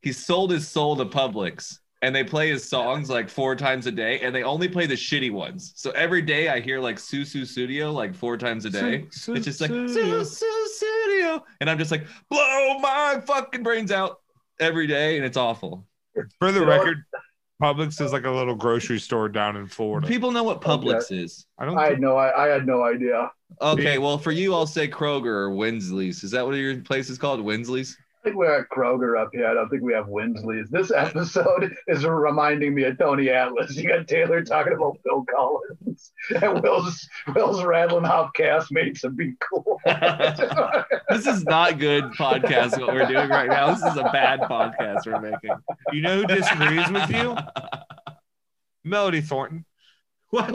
[SPEAKER 1] he sold his soul to Publix, and they play his songs like four times a day, and they only play the shitty ones. So every day I hear like Susu Studio like four times a day.
[SPEAKER 2] Su-
[SPEAKER 1] It's just like
[SPEAKER 2] su-
[SPEAKER 1] "Su- su- studio, and I'm just like blow my fucking brains out every day, and it's awful.
[SPEAKER 2] for
[SPEAKER 3] You
[SPEAKER 2] the
[SPEAKER 3] know what?
[SPEAKER 2] record, Publix is like a little grocery store down in Florida.
[SPEAKER 1] People know what Publix is.
[SPEAKER 2] I don't.
[SPEAKER 3] I
[SPEAKER 2] think-
[SPEAKER 3] had no, I, I had no idea.
[SPEAKER 1] Okay, well for you, I'll say Kroger or Winsley's. Is that what your place is called, Winsley's?
[SPEAKER 3] I think we're at Kroger up here. I don't think we have Winsley's. This episode is reminding me of Tony Atlas. You got Taylor talking about Phil Collins and Will's Will's rattling off castmates and be cool.
[SPEAKER 1] This is not good podcast. What we're doing right now, this is a bad podcast we're making.
[SPEAKER 2] You know who disagrees with you? Melody Thornton.
[SPEAKER 1] What?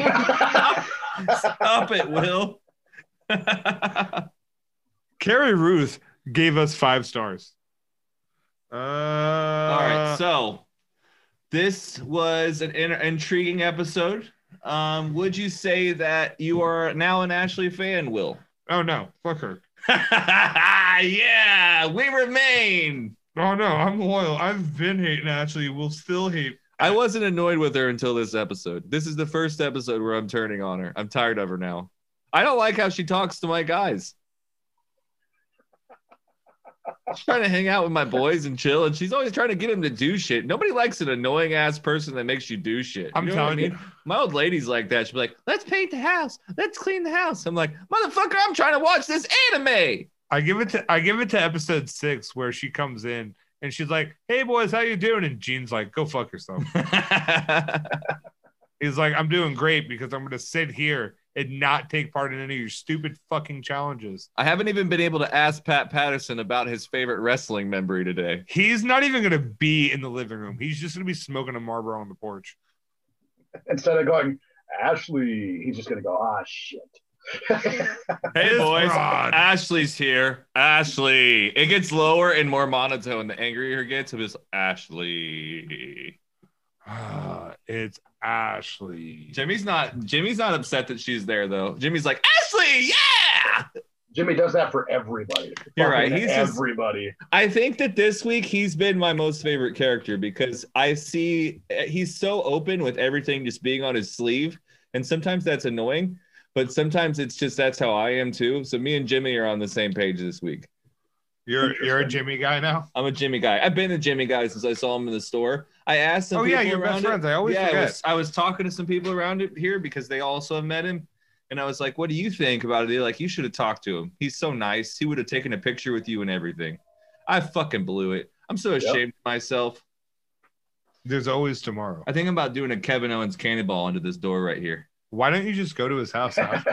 [SPEAKER 1] Stop it, Will.
[SPEAKER 2] Carrie Ruth gave us five stars. Uh,
[SPEAKER 1] All right, so this was an in- intriguing episode. Um, would you say that you are now an Ashley fan, Will?
[SPEAKER 2] oh no, fuck her.
[SPEAKER 1] yeah, we remain.
[SPEAKER 2] Oh no, I'm loyal. I've been hating Ashley. Will still hate.
[SPEAKER 1] I wasn't annoyed with her until this episode. This is the first episode where I'm turning on her. I'm tired of her now. I don't like how she talks to my guys. She's trying to hang out with my boys and chill, and she's always trying to get him to do shit. Nobody likes an annoying ass person that makes you do shit.
[SPEAKER 2] I'm
[SPEAKER 1] You know what I
[SPEAKER 2] telling
[SPEAKER 1] mean?
[SPEAKER 2] you.
[SPEAKER 1] My old lady's like that. She'll be like, let's paint the house. Let's clean the house. I'm like, motherfucker, I'm trying to watch this anime.
[SPEAKER 2] I give it to I give it to episode six where she comes in and she's like, "Hey boys, how you doing?" And Gene's like, "Go fuck yourself." He's like, "I'm doing great because I'm gonna sit here and not take part in any of your stupid fucking challenges."
[SPEAKER 1] I haven't even been able to ask Pat Patterson about his favorite wrestling memory today.
[SPEAKER 2] He's not even gonna be in the living room. He's just gonna be smoking a Marlboro on the porch.
[SPEAKER 3] Instead of going, Ashley, he's just gonna go, ah shit.
[SPEAKER 1] Hey,
[SPEAKER 2] Piss
[SPEAKER 1] boys.
[SPEAKER 2] rod.
[SPEAKER 1] Ashley's here. Ashley. It gets lower and more monotone. The angrier it gets, I'm just Ashley.
[SPEAKER 2] Ah, it's Ashley.
[SPEAKER 1] Jimmy's not Jimmy's not upset that she's there though. Jimmy's like, Ashley, yeah.
[SPEAKER 3] Jimmy does that for everybody.
[SPEAKER 1] You're right.
[SPEAKER 3] Fucking
[SPEAKER 1] He's just-
[SPEAKER 3] everybody.
[SPEAKER 1] I think that this week he's been my most favorite character because I see eh, he's so open with everything just being on his sleeve. And sometimes that's annoying, but sometimes it's just that's how I am too. So me and Jimmy are on the same page this week.
[SPEAKER 2] You're you're a Jimmy guy now.
[SPEAKER 1] I'm a Jimmy guy. I've been a Jimmy guy since I saw him in the store. I asked some
[SPEAKER 2] oh
[SPEAKER 1] people
[SPEAKER 2] yeah, you're
[SPEAKER 1] around
[SPEAKER 2] best
[SPEAKER 1] it-
[SPEAKER 2] friends. I always
[SPEAKER 1] yeah, I
[SPEAKER 2] forget.
[SPEAKER 1] was, I was talking to some people around it here because they also have met him. And I was like, what do you think about it? They're like, you should have talked to him. He's so nice. He would have taken a picture with you and everything. I fucking blew it. I'm so
[SPEAKER 3] Yep.
[SPEAKER 1] ashamed of myself.
[SPEAKER 2] There's always tomorrow.
[SPEAKER 1] I think I'm about doing a Kevin Owens cannonball into this door right here.
[SPEAKER 2] Why don't you just go to his house? Ash?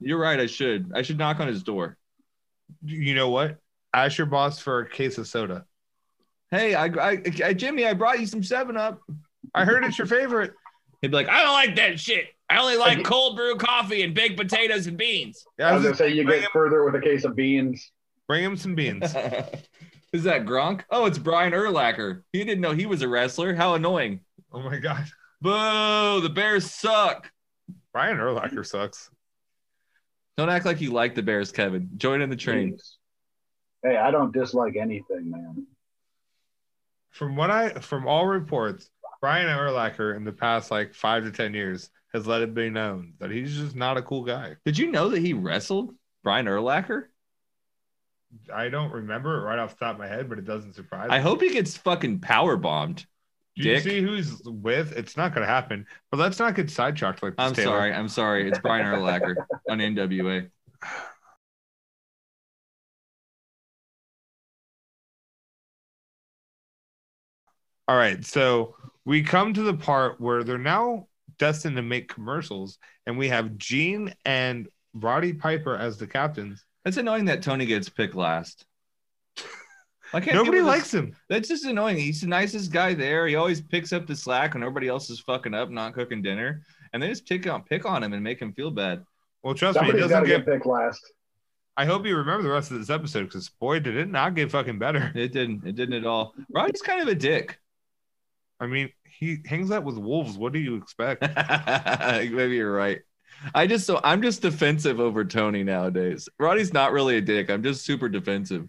[SPEAKER 1] You're right. I should. I should knock on his door.
[SPEAKER 2] you know what? Ask your boss for a case of soda.
[SPEAKER 1] Hey, I, I, I Jimmy, I brought you some 7 Up.
[SPEAKER 2] I heard it's your favorite.
[SPEAKER 1] He'd be like, I don't like that shit. I only
[SPEAKER 3] Okay.
[SPEAKER 1] like cold brew coffee and baked potatoes and beans.
[SPEAKER 2] Yeah,
[SPEAKER 3] I was gonna say you
[SPEAKER 2] bring
[SPEAKER 3] get
[SPEAKER 2] him-
[SPEAKER 3] further with a case of beans.
[SPEAKER 2] Bring him some beans.
[SPEAKER 1] Is that Gronk? Oh, it's Brian Erlacher. He didn't know he was a wrestler. How annoying.
[SPEAKER 2] oh my god,
[SPEAKER 1] Boo, the Bears suck.
[SPEAKER 2] Brian Urlacher sucks.
[SPEAKER 1] Don't act like you like the Bears, Kevin.
[SPEAKER 2] Mm-hmm.
[SPEAKER 1] Join in the train.
[SPEAKER 3] Beans. Hey, I don't dislike anything, man.
[SPEAKER 2] from what I from all reports, Brian Urlacher in the past like five to ten years has let it be known that he's just not a cool guy.
[SPEAKER 1] Did you know that he wrestled Brian Erlacher?
[SPEAKER 2] I don't remember it right off the top of my head, but it doesn't surprise
[SPEAKER 1] I
[SPEAKER 2] me.
[SPEAKER 1] hope he gets fucking power bombed.
[SPEAKER 2] Do you
[SPEAKER 1] Dick.
[SPEAKER 2] see who's with? It's not going to happen. But let's not get sidetracked like this.
[SPEAKER 1] I'm
[SPEAKER 2] Taylor.
[SPEAKER 1] sorry. I'm sorry. It's Brian Erlacher on NWA.
[SPEAKER 2] All right, so we come to the part where they're now destined to make commercials, and we have Gene and Roddy Piper as the captains.
[SPEAKER 1] That's annoying that Tony gets picked last. I can't
[SPEAKER 2] Nobody
[SPEAKER 1] people just-
[SPEAKER 2] likes him.
[SPEAKER 1] That's just annoying. He's the nicest guy there. He always picks up the slack when everybody else is fucking up, not cooking dinner, and they just pick on pick on him and make him feel bad.
[SPEAKER 2] Well, trust me,
[SPEAKER 3] Somebody's
[SPEAKER 2] he
[SPEAKER 3] got
[SPEAKER 2] doesn't
[SPEAKER 3] to
[SPEAKER 2] get.
[SPEAKER 3] get picked last.
[SPEAKER 2] I hope you remember the rest of this episode because boy, did it not get fucking better.
[SPEAKER 1] It didn't. It didn't at all. Roddy's kind of a dick.
[SPEAKER 2] I mean, he hangs out with wolves. What do you expect?
[SPEAKER 1] Maybe you're right. I just so I'm just defensive over Tony nowadays. Roddy's not really a dick. I'm just super defensive.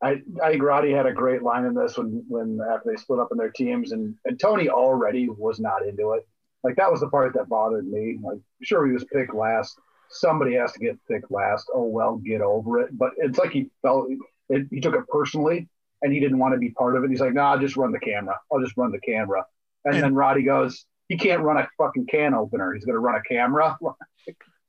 [SPEAKER 3] I, I think Roddy had a great line in this when, when after they split up in their teams and, and Tony already was not into it. Like that was the part that bothered me. Like sure he was picked last. Somebody has to get picked last. Oh well, get over it. But it's like he felt it, he took it personally and he didn't want to be part of it. He's like, nah, I'll just run the camera. I'll just run the camera. And,
[SPEAKER 2] And-
[SPEAKER 3] then Roddy goes, he can't run a fucking can opener. He's gonna run a camera.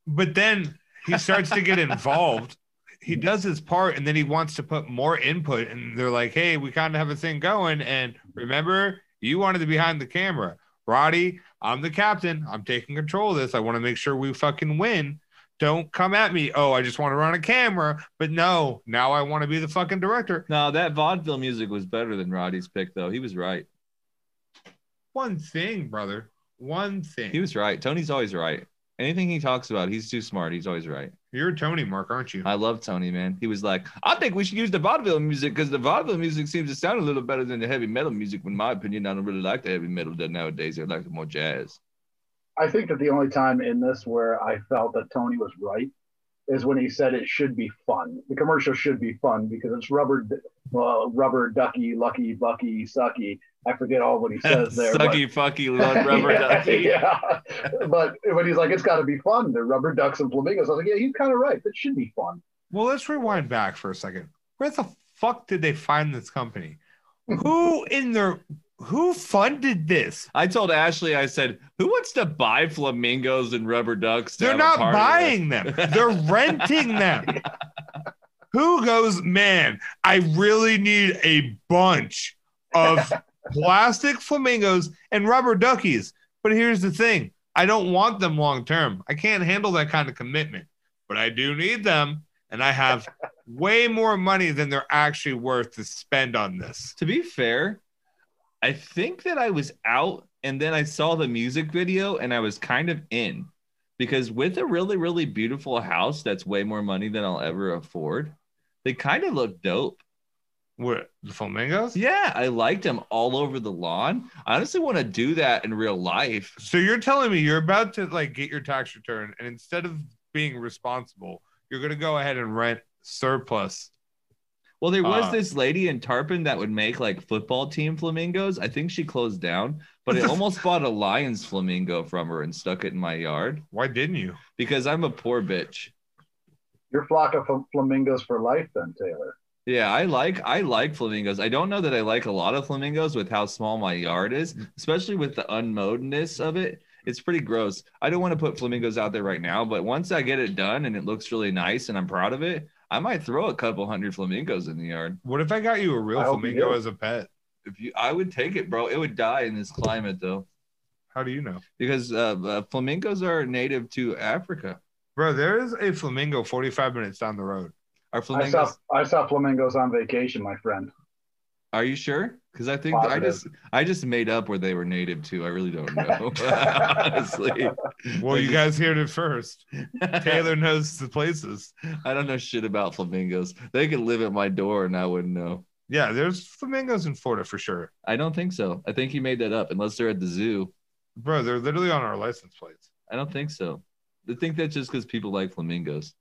[SPEAKER 2] But then he starts to get involved. He does his part and then he wants to put more input. And they're like, hey, we kind of have a thing going. And remember, you wanted to be behind the camera. Roddy, I'm the captain. I'm taking control of this. I want to make sure we fucking win. Don't come at me. Oh, I just want to run a camera. But no, now I want to be the fucking director.
[SPEAKER 1] No, that vaudeville music was better than Roddy's pick though. He was right.
[SPEAKER 2] One thing, brother. One thing.
[SPEAKER 1] He was right. Tony's always right. Anything he talks about, he's too smart. He's always right.
[SPEAKER 2] You're Tony Mark, aren't you?
[SPEAKER 1] I love Tony, man. He was like, I think we should use the vaudeville music because the vaudeville music seems to sound a little better than the heavy metal music. In my opinion, I don't really like the heavy metal that nowadays. I like the more jazz.
[SPEAKER 3] I think that the only time in this where I felt that Tony was right is when he said it should be fun. The commercial should be fun because it's rubber, uh, rubber ducky, lucky, bucky, sucky. I forget all what he says there. but-
[SPEAKER 1] Sucky, fucky, love rubber ducky.
[SPEAKER 3] yeah. But when he's like, it's got to be fun. They're rubber ducks and flamingos. I was like, yeah, he's kind of right. That should be fun.
[SPEAKER 2] Well, let's rewind back for a second. Where the fuck did they find this company? Who in their who funded this?
[SPEAKER 1] I told Ashley, I said, who wants to buy flamingos and rubber ducks? to
[SPEAKER 2] They're
[SPEAKER 1] have a
[SPEAKER 2] not
[SPEAKER 1] party with?"
[SPEAKER 2] buying them. They're renting them. Who goes, man, I really need a bunch of plastic flamingos and rubber duckies. But here's the thing I don't want them long term. I can't handle that kind of commitment, but I do need them. And I have way more money than they're actually worth to spend on this.
[SPEAKER 1] To be fair, I think that I was out and then I saw the music video and I was kind of in because with a really, really beautiful house that's way more money than I'll ever afford, they kind of look dope.
[SPEAKER 2] What, the flamingos?
[SPEAKER 1] Yeah, I liked them all over the lawn. I honestly want to do that in real life.
[SPEAKER 2] So you're telling me you're about to like get your tax return, and instead of being responsible, you're gonna go ahead and rent surplus.
[SPEAKER 1] Well, there was
[SPEAKER 2] Uh,
[SPEAKER 1] this lady in Tarpon that would make like football team flamingos. I think she closed down, but I almost bought a lion's flamingo from her and stuck it in my yard
[SPEAKER 2] Why didn't you?
[SPEAKER 1] because I'm a poor bitch.
[SPEAKER 3] Your flock of fl- flamingos for life, then, Taylor.
[SPEAKER 1] Yeah, I like I like flamingos. I don't know that I like a lot of flamingos with how small my yard is,
[SPEAKER 3] Mm.
[SPEAKER 1] especially with the unmowedness of it. It's pretty gross. I don't want to put flamingos out there right now, but once I get it done and it looks really nice and I'm proud of it, I might throw a couple hundred flamingos in the yard.
[SPEAKER 2] What if I got you a real
[SPEAKER 3] I hope you
[SPEAKER 2] flamingo
[SPEAKER 3] do.
[SPEAKER 2] as a pet?
[SPEAKER 1] If you, I would take it, bro. It would die in this climate though,
[SPEAKER 2] How do you know,
[SPEAKER 1] because uh, uh, flamingos are native to Africa.
[SPEAKER 2] bro? There is a flamingo 45 minutes down the road.
[SPEAKER 1] Are
[SPEAKER 3] I
[SPEAKER 1] flamingos?
[SPEAKER 3] saw, I saw flamingos on vacation, my friend.
[SPEAKER 1] Are you sure? Because I think I
[SPEAKER 3] Positive.
[SPEAKER 1] just I just made up where they were native to. I really don't know, honestly.
[SPEAKER 2] Well, you guys heard it first.
[SPEAKER 1] Taylor.
[SPEAKER 2] Taylor knows the places.
[SPEAKER 1] I don't know shit about flamingos. They could live at my door and I wouldn't know.
[SPEAKER 2] Yeah, there's flamingos in Florida for sure,
[SPEAKER 1] I don't think so. I think he made that up, unless they're at the zoo.
[SPEAKER 2] bro. They're literally on our license plates.
[SPEAKER 1] I don't think so. I think that's just because people like flamingos.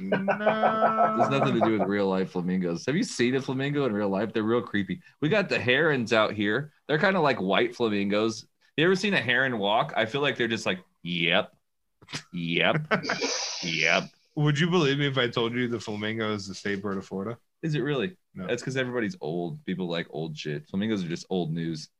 [SPEAKER 2] No.
[SPEAKER 1] There's nothing to do with real life flamingos. Have you seen a flamingo in real life? They're real creepy. We got the herons out here. They're kind of like white flamingos. You ever seen a heron walk? I feel like they're just like, yep, yep, yep.
[SPEAKER 2] Would you believe me if I told you the flamingo is the state bird of Florida?
[SPEAKER 1] Is it really?
[SPEAKER 2] No.
[SPEAKER 1] That's because everybody's old. People like old shit. Flamingos are just old news.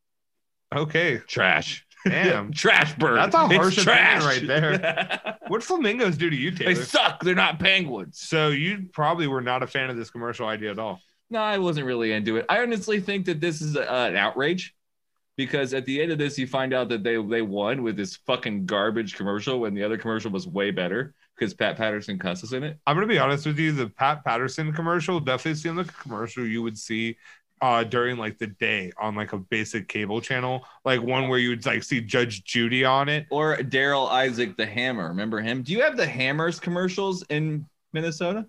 [SPEAKER 2] Okay.
[SPEAKER 1] Trash.
[SPEAKER 2] Damn.
[SPEAKER 1] trash bird.
[SPEAKER 2] That's a
[SPEAKER 1] It's
[SPEAKER 2] harsh opinion
[SPEAKER 1] trash
[SPEAKER 2] right
[SPEAKER 1] there.
[SPEAKER 2] what flamingos do to you,
[SPEAKER 1] they
[SPEAKER 2] Taylor?
[SPEAKER 1] suck. They're not penguins.
[SPEAKER 2] so you probably were not a fan of this commercial idea at all.
[SPEAKER 1] No, I wasn't really into it. I honestly think that this is a, uh, an outrage because at the end of this, you find out that they they won with this fucking garbage commercial when the other commercial was way better because Pat Patterson cusses in it.
[SPEAKER 2] I'm gonna be honest with you. The Pat Patterson commercial definitely seemed like a commercial you would see uh, during like the day on like a basic cable channel, like one where you would like see Judge Judy on it.
[SPEAKER 1] Or Daryl Isaac the Hammer. Remember him? Do you have the Hammers commercials in Minnesota?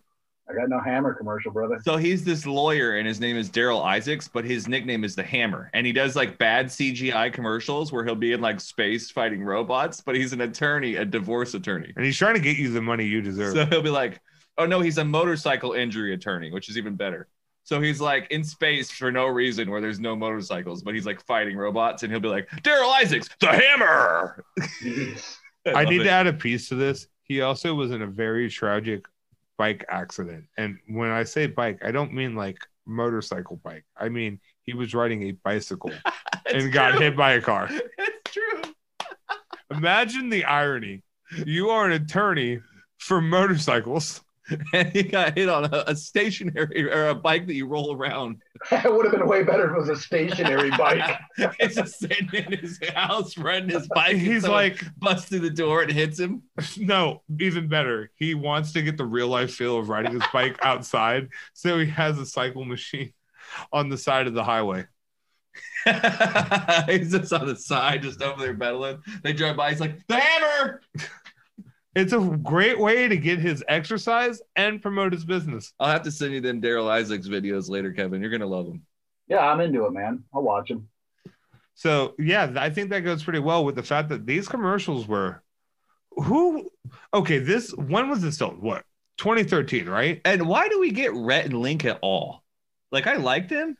[SPEAKER 3] I got no hammer commercial, brother.
[SPEAKER 1] So he's this lawyer, and his name is Daryl Isaacs, but his nickname is the Hammer. And he does like bad CGI commercials where he'll be in like space fighting robots, but he's an attorney, a divorce attorney.
[SPEAKER 2] and he's trying to get you the money you deserve.
[SPEAKER 1] So he'll be like, oh no, he's a motorcycle injury attorney, which is even better. So he's like in space for no reason where there's no motorcycles, but he's like fighting robots, and he'll be like, Daryl Isaacs, the Hammer.
[SPEAKER 3] Jeez.
[SPEAKER 2] I
[SPEAKER 1] love
[SPEAKER 2] need
[SPEAKER 1] it.
[SPEAKER 2] to add a piece to this. He also was in a very tragic bike accident. And when I say bike, I don't mean like motorcycle bike. I mean he was riding a bicycle
[SPEAKER 1] It's
[SPEAKER 2] and got
[SPEAKER 1] true.
[SPEAKER 2] hit by a car.
[SPEAKER 1] It's true.
[SPEAKER 2] Imagine the irony. You are an attorney for motorcycles.
[SPEAKER 1] And he got hit on a, a stationary or a bike that you roll around.
[SPEAKER 3] it would have been way better if it was a stationary bike.
[SPEAKER 1] He's just sitting in his house riding his bike.
[SPEAKER 2] And
[SPEAKER 1] and
[SPEAKER 2] he's
[SPEAKER 1] someone
[SPEAKER 2] like,
[SPEAKER 1] busts through the door and hits him.
[SPEAKER 2] no, even better. He wants to get the real life feel of riding his bike outside. So he has a cycle machine on the side of the highway.
[SPEAKER 1] he's just on the side, just over there battling. They drive by. He's like, the hammer.
[SPEAKER 2] It's a great way to get his exercise and promote his business.
[SPEAKER 1] I'll have to send you them Daryl Isaacs videos later, Kevin. You're gonna love them.
[SPEAKER 3] Yeah, I'm into it, man. I'll watch him.
[SPEAKER 2] So yeah, I think that goes pretty well with the fact that these commercials were who okay, this when was this filmed? What? 2013, right?
[SPEAKER 1] And why do we get Rhett and Link at all? Like, I like them.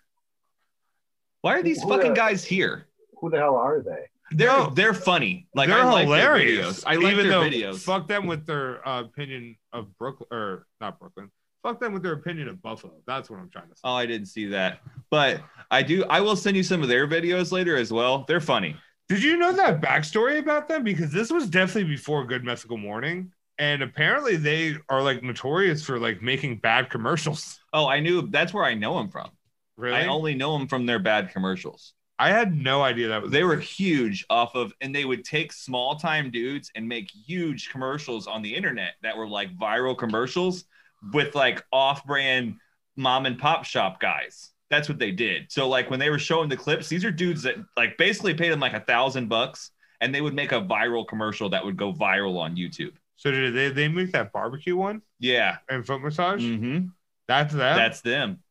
[SPEAKER 1] Why are these
[SPEAKER 3] Who,
[SPEAKER 1] fucking
[SPEAKER 3] uh,
[SPEAKER 1] guys here?
[SPEAKER 3] Who the hell are they?
[SPEAKER 1] They're
[SPEAKER 2] No.
[SPEAKER 1] they're funny. Like
[SPEAKER 2] They're
[SPEAKER 1] I like
[SPEAKER 2] hilarious.
[SPEAKER 1] Their videos. I like
[SPEAKER 2] even
[SPEAKER 1] their
[SPEAKER 2] though
[SPEAKER 1] videos.
[SPEAKER 2] fuck them with their uh, opinion of Brooklyn or not Brooklyn. Fuck them with their opinion of Buffalo. That's what I'm trying to say.
[SPEAKER 1] Oh, I didn't see that. But I do. I will send you some of their videos later as well. They're funny.
[SPEAKER 2] Did you know that backstory about them? Because this was definitely before Good Mythical Morning, and apparently they are like notorious for like making bad commercials.
[SPEAKER 1] Oh, I knew. That's where I know them from.
[SPEAKER 2] Really?
[SPEAKER 1] I only know them from their bad commercials.
[SPEAKER 2] I had no idea that was
[SPEAKER 1] They were huge off of, and they would take small time dudes and make huge commercials on the internet that were like viral commercials with like off brand mom and pop shop guys. That's what they did. So, like, when they were showing the clips, these are dudes that like basically paid them like a thousand bucks and they would make a viral commercial that would go viral on YouTube.
[SPEAKER 2] so. Did they they make that barbecue one
[SPEAKER 1] Yeah.
[SPEAKER 2] and foot massage?
[SPEAKER 1] hmm
[SPEAKER 2] That's that.
[SPEAKER 1] That's them.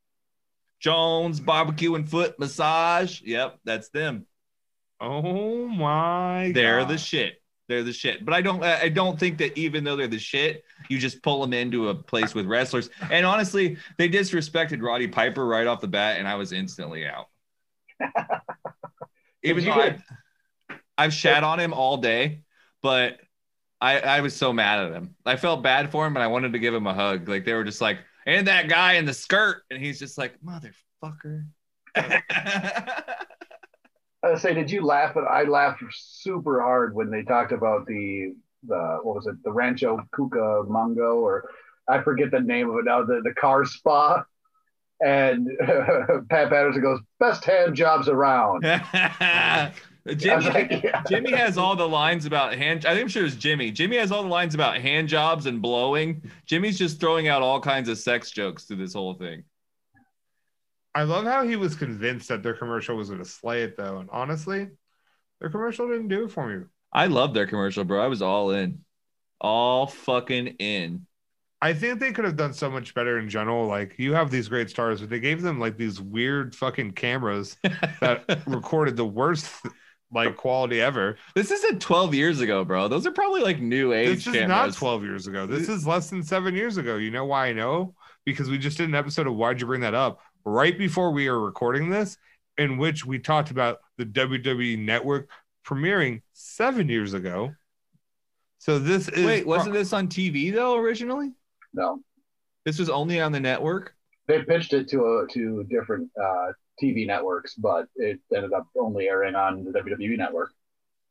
[SPEAKER 1] Jones Barbecue and Foot Massage. Yep, that's them.
[SPEAKER 2] oh my.
[SPEAKER 1] They're the
[SPEAKER 2] God.
[SPEAKER 1] shit. They're the shit. But I don't. I don't think that even though they're the shit, you just pull them into a place with wrestlers. And honestly, they disrespected Roddy Piper right off the bat, and I was instantly out. even
[SPEAKER 3] you
[SPEAKER 1] though I, I've shat on him all day, but I I was so mad at him. I felt bad for him, and I wanted to give him a hug. Like they were just like, and that guy in the skirt, and he's just like, motherfucker.
[SPEAKER 3] I was say, did you laugh? But I laughed super hard when they talked about the the what was it? The Rancho Cuca Mongo, or I forget the name of it now. The the car spa. And Pat Patterson goes, best hand jobs around. I was
[SPEAKER 1] Jimmy,
[SPEAKER 3] like, yeah.
[SPEAKER 1] Jimmy has all the lines about hand. I think I'm sure it's Jimmy. Jimmy has all the lines about hand jobs and blowing. Jimmy's just throwing out all kinds of sex jokes through this whole thing.
[SPEAKER 2] I love how he was convinced that their commercial was going to slay it though, and honestly, their commercial didn't do it for me.
[SPEAKER 1] I love their commercial, bro. I was all in, all fucking in.
[SPEAKER 2] I think they could have done so much better in general. Like you have these great stars, but they gave them like these weird fucking cameras that recorded the worst like quality ever.
[SPEAKER 1] This isn't 12 years ago, bro. Those are probably like new age
[SPEAKER 2] This is not
[SPEAKER 1] cameras.
[SPEAKER 2] 12 years ago. This is less than seven years ago. You know why I know? Because we just did an episode of Why'd You Bring That Up right before we were recording this, in which we talked about the WWE network premiering seven years ago. So this is
[SPEAKER 1] Wait, wasn't this on TV though originally?
[SPEAKER 3] No,
[SPEAKER 1] This was only on the network.
[SPEAKER 3] they pitched it to a, to different uh, TV networks, but it ended up only airing on the WWE network.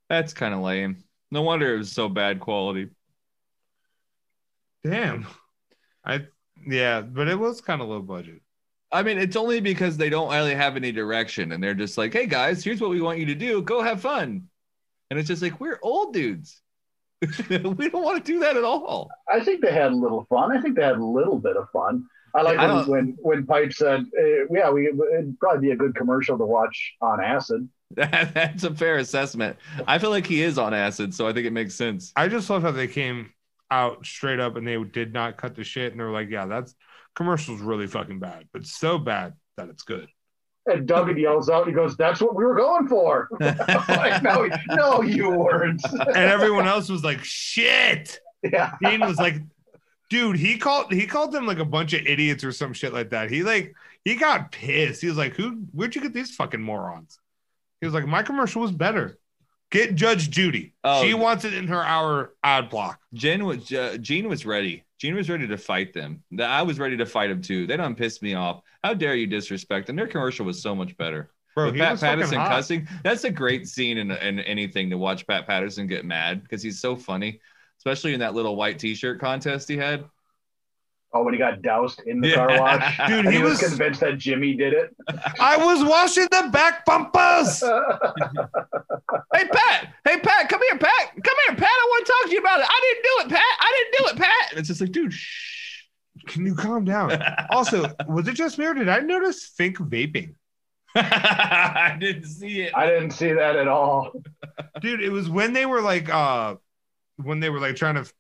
[SPEAKER 1] That's kind of lame. No wonder it was so bad quality.
[SPEAKER 2] damn. I yeah, but it was kind of low budget.
[SPEAKER 1] I mean, it's only because they don't really have any direction and they're just like, hey guys, here's what we want you to do. Go have fun. And it's just like, we're old dudes. we don't want to do that at all.
[SPEAKER 3] I think they had a little fun. I think they had a little bit of fun. I like
[SPEAKER 1] I
[SPEAKER 3] when,
[SPEAKER 1] don't-
[SPEAKER 3] when when Pipe said, eh, "Yeah, we it'd probably be a good commercial to watch on acid."
[SPEAKER 1] That's a fair assessment. I feel like he is on acid, so I think it makes sense.
[SPEAKER 2] I just love how they came out straight up and they did not cut the shit and they were like, yeah, that's commercials really fucking bad, but so bad that it's good.
[SPEAKER 3] And Doug yells out, "He goes, that's what we were going for." like, no, no, you weren't.
[SPEAKER 2] and everyone else was like, "Shit."
[SPEAKER 3] yeah,
[SPEAKER 2] Dean was like, "Dude, he called he called them like a bunch of idiots or some shit like that." He like he got pissed. He was like, "Who? Where'd you get these fucking morons?" He was like, "My commercial was better. Get Judge Judy.
[SPEAKER 1] Oh.
[SPEAKER 2] She wants it in her hour ad block."
[SPEAKER 1] Jen was uh, Gene was ready. Gene was ready to fight them. The- I was ready to fight them too. They done pissed me off. How dare you disrespect them? Their commercial was so much better.
[SPEAKER 2] Bro,
[SPEAKER 1] With
[SPEAKER 2] he
[SPEAKER 1] Pat
[SPEAKER 2] was fucking
[SPEAKER 1] Patterson
[SPEAKER 2] hot.
[SPEAKER 1] cussing. That's a great scene in, in anything to watch Pat Patterson get mad because he's so funny, especially in that little white T-shirt contest he had.
[SPEAKER 3] Oh, when he got doused in the
[SPEAKER 1] Yeah.
[SPEAKER 3] car wash.
[SPEAKER 2] Dude,
[SPEAKER 3] And he,
[SPEAKER 2] he
[SPEAKER 3] was,
[SPEAKER 2] was.
[SPEAKER 3] convinced that Jimmy did it.
[SPEAKER 2] I was washing the back bumpers.
[SPEAKER 1] Hey Pat, hey Pat, come here, Pat, come here, Pat. I want to talk to you about it. I didn't do it, Pat. I didn't do it, Pat. And it's just like, dude, shh.
[SPEAKER 2] Can you calm down? Also, was it just me or did I notice Fink vaping?
[SPEAKER 1] I didn't see it.
[SPEAKER 3] I didn't see that at all.
[SPEAKER 2] dude it was when they were like uh when they were like trying to f-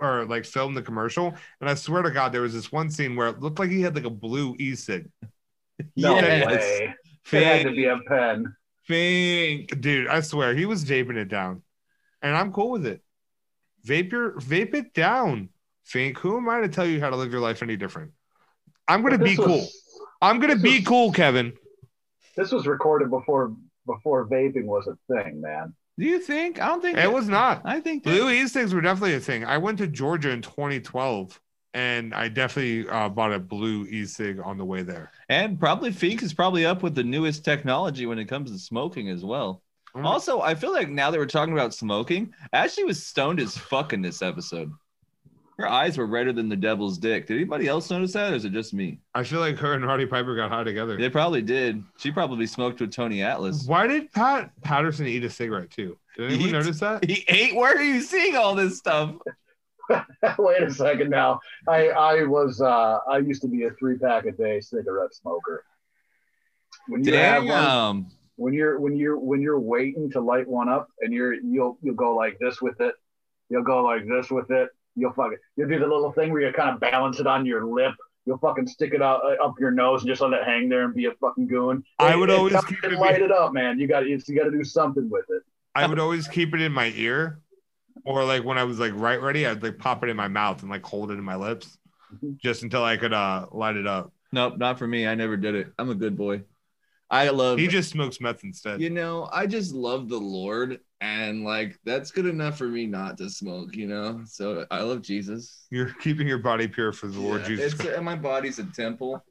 [SPEAKER 2] or like film the commercial and i swear to god there was this one scene where it looked like he had like a blue e-cig
[SPEAKER 3] No
[SPEAKER 1] Yes.
[SPEAKER 3] way. It had to
[SPEAKER 1] Fink,
[SPEAKER 3] be a pen.
[SPEAKER 1] Fink.
[SPEAKER 2] dude i swear he was vaping it down and i'm cool with it vape your vape it down fink who am i to tell you how to live your life any different i'm gonna
[SPEAKER 3] But
[SPEAKER 2] be
[SPEAKER 3] this was-
[SPEAKER 2] cool i'm gonna
[SPEAKER 3] this
[SPEAKER 2] be
[SPEAKER 3] was-
[SPEAKER 2] cool kevin
[SPEAKER 3] This was recorded before before vaping was a thing, man.
[SPEAKER 1] Do you think? I don't think
[SPEAKER 2] it was not
[SPEAKER 1] I think that-
[SPEAKER 2] Blue East things were definitely a thing. I went to Georgia in 2012, and I definitely uh, bought a blue e cig on the way there.
[SPEAKER 1] and probably Fink is probably up with the newest technology when it comes to smoking as well.
[SPEAKER 2] Mhm.
[SPEAKER 1] Also, I feel like now that we're talking about smoking, Ashley was stoned as fuck in this episode. Her eyes were redder than the devil's dick. Did anybody else notice that, or is it just me?
[SPEAKER 2] I feel like her and Roddy Piper got high together.
[SPEAKER 1] They probably did. She probably smoked with Tony Atlas.
[SPEAKER 2] Why did Pat Patterson eat a cigarette too? Did anyone
[SPEAKER 1] Eat?
[SPEAKER 2] notice that?
[SPEAKER 1] He ate. Where are you seeing all this stuff?
[SPEAKER 3] Wait a second now. I I was uh I used to be a three pack a day cigarette smoker. When you have one,
[SPEAKER 1] Damn.
[SPEAKER 3] when you're when you're when you're waiting to light one up and you're you'll you'll go like this with it you'll go like this with it you'll fucking you'll do the little thing where you kind of balance it on your lip you'll fucking stick it out uh, up your nose and just let it hang there and be a fucking goon
[SPEAKER 2] I would
[SPEAKER 3] It- it
[SPEAKER 2] always
[SPEAKER 3] doesn't
[SPEAKER 2] keep it
[SPEAKER 3] light it up man you got you got to do something with it
[SPEAKER 2] I would always keep it in my ear, or like when I was like right ready, I'd like pop it in my mouth and like hold it in my lips,
[SPEAKER 1] Mm-hmm.
[SPEAKER 3] Mhm.
[SPEAKER 2] just until I could uh light it up.
[SPEAKER 1] Nope, not for me. I never did it. I'm a good boy. I love.
[SPEAKER 2] He just smokes meth instead.
[SPEAKER 1] you know, I just love the Lord, and like that's good enough for me not to smoke. You know, so I love Jesus.
[SPEAKER 2] You're keeping your body pure for the Lord
[SPEAKER 1] Yeah,
[SPEAKER 2] Jesus.
[SPEAKER 1] it's,
[SPEAKER 2] Christ.
[SPEAKER 1] and my body's a temple,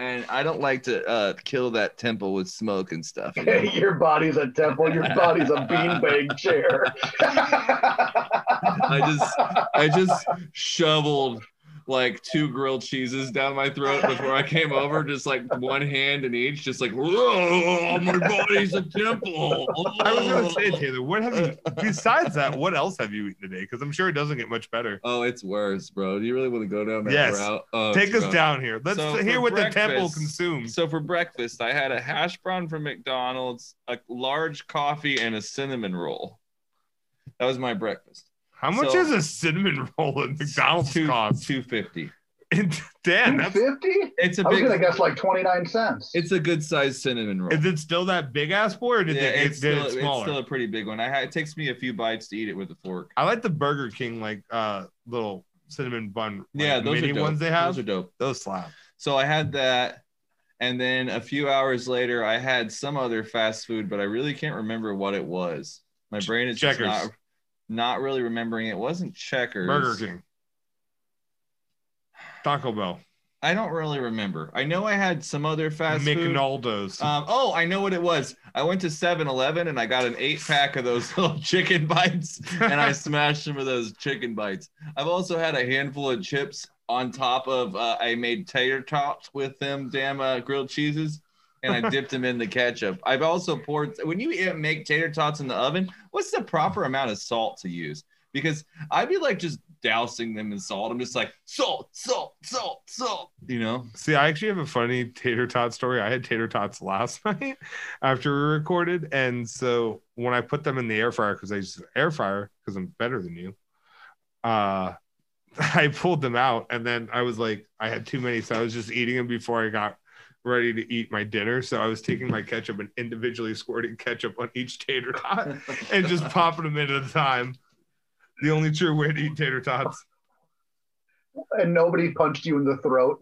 [SPEAKER 1] and I don't like to uh, kill that temple with smoke and stuff. you know?
[SPEAKER 3] your body's a temple your body's a beanbag chair
[SPEAKER 1] I just, I just shoveled like two grilled cheeses down my throat before I came over, just like one hand in each, just like "Whoa, my body's a temple.
[SPEAKER 2] I was
[SPEAKER 1] Oh.
[SPEAKER 2] gonna say, Taylor, what have you besides that? What else have you eaten today? Because I'm sure it doesn't get much better.
[SPEAKER 1] Oh, it's worse, bro. Do you really want to go down that
[SPEAKER 2] Yes.
[SPEAKER 1] route? Oh,
[SPEAKER 2] Take us
[SPEAKER 1] bro.
[SPEAKER 2] down here. Let's
[SPEAKER 1] So
[SPEAKER 2] hear
[SPEAKER 1] for
[SPEAKER 2] what the temple
[SPEAKER 1] breakfast-
[SPEAKER 2] consumes.
[SPEAKER 1] So for breakfast, I had a hash brown from McDonald's, a large coffee, and a cinnamon roll. That was my breakfast.
[SPEAKER 2] How much
[SPEAKER 1] so-
[SPEAKER 2] is a cinnamon roll at McDonald's
[SPEAKER 1] Two-
[SPEAKER 2] cost?
[SPEAKER 1] 250.
[SPEAKER 2] And Dan,
[SPEAKER 3] Two
[SPEAKER 2] that's,
[SPEAKER 3] fifty?
[SPEAKER 1] It's a
[SPEAKER 3] I was
[SPEAKER 1] big.
[SPEAKER 3] gonna guess like twenty nine cents.
[SPEAKER 1] It's a good sized cinnamon roll.
[SPEAKER 2] is it still that big ass boy or did
[SPEAKER 1] Yeah,
[SPEAKER 2] they,
[SPEAKER 1] it's,
[SPEAKER 2] did
[SPEAKER 1] still,
[SPEAKER 2] it
[SPEAKER 1] it's
[SPEAKER 2] smaller?
[SPEAKER 1] still a pretty big one. I ha- it takes me a few bites to eat it with a fork.
[SPEAKER 2] I like the Burger King like uh little cinnamon bun. like,
[SPEAKER 1] Yeah, those
[SPEAKER 2] mini
[SPEAKER 1] are dope.
[SPEAKER 2] ones they have.
[SPEAKER 1] Those are dope.
[SPEAKER 2] Those slap.
[SPEAKER 1] So I had that, and then a few hours later, I had some other fast food, but I really can't remember what it was. My brain is just
[SPEAKER 2] Checkers.
[SPEAKER 1] not, not really remembering. It wasn't checkers.
[SPEAKER 2] Burger King. Taco Bell.
[SPEAKER 1] I don't really remember. I know I had some other fast food.
[SPEAKER 2] McNaldo's.
[SPEAKER 1] Um, oh, I know what it was. I went to 7 Eleven and I got an eight pack of those little chicken bites and I smashed them with those chicken bites. I've also had a handful of chips on top of, uh, I made tater tots with them damn uh, grilled cheeses and I dipped them in the ketchup. I've also poured, when you eat- make tater tots in the oven, what's the proper amount of salt to use? Because I'd be like just dousing them in salt. I'm just like, salt, salt, salt, salt, you know?
[SPEAKER 2] See, I actually have a funny tater tot story. I had tater tots last night after we recorded, and so when I put them in the air fryer because I use an air fryer because I'm better than you, uh, I pulled them out, and then I was like, I had too many, so I was just eating them before I got ready to eat my dinner. So I was taking my ketchup and individually squirting ketchup on each tater tot and just popping them in at a time. The only true way to eat tater tots.
[SPEAKER 3] and nobody punched you in the throat.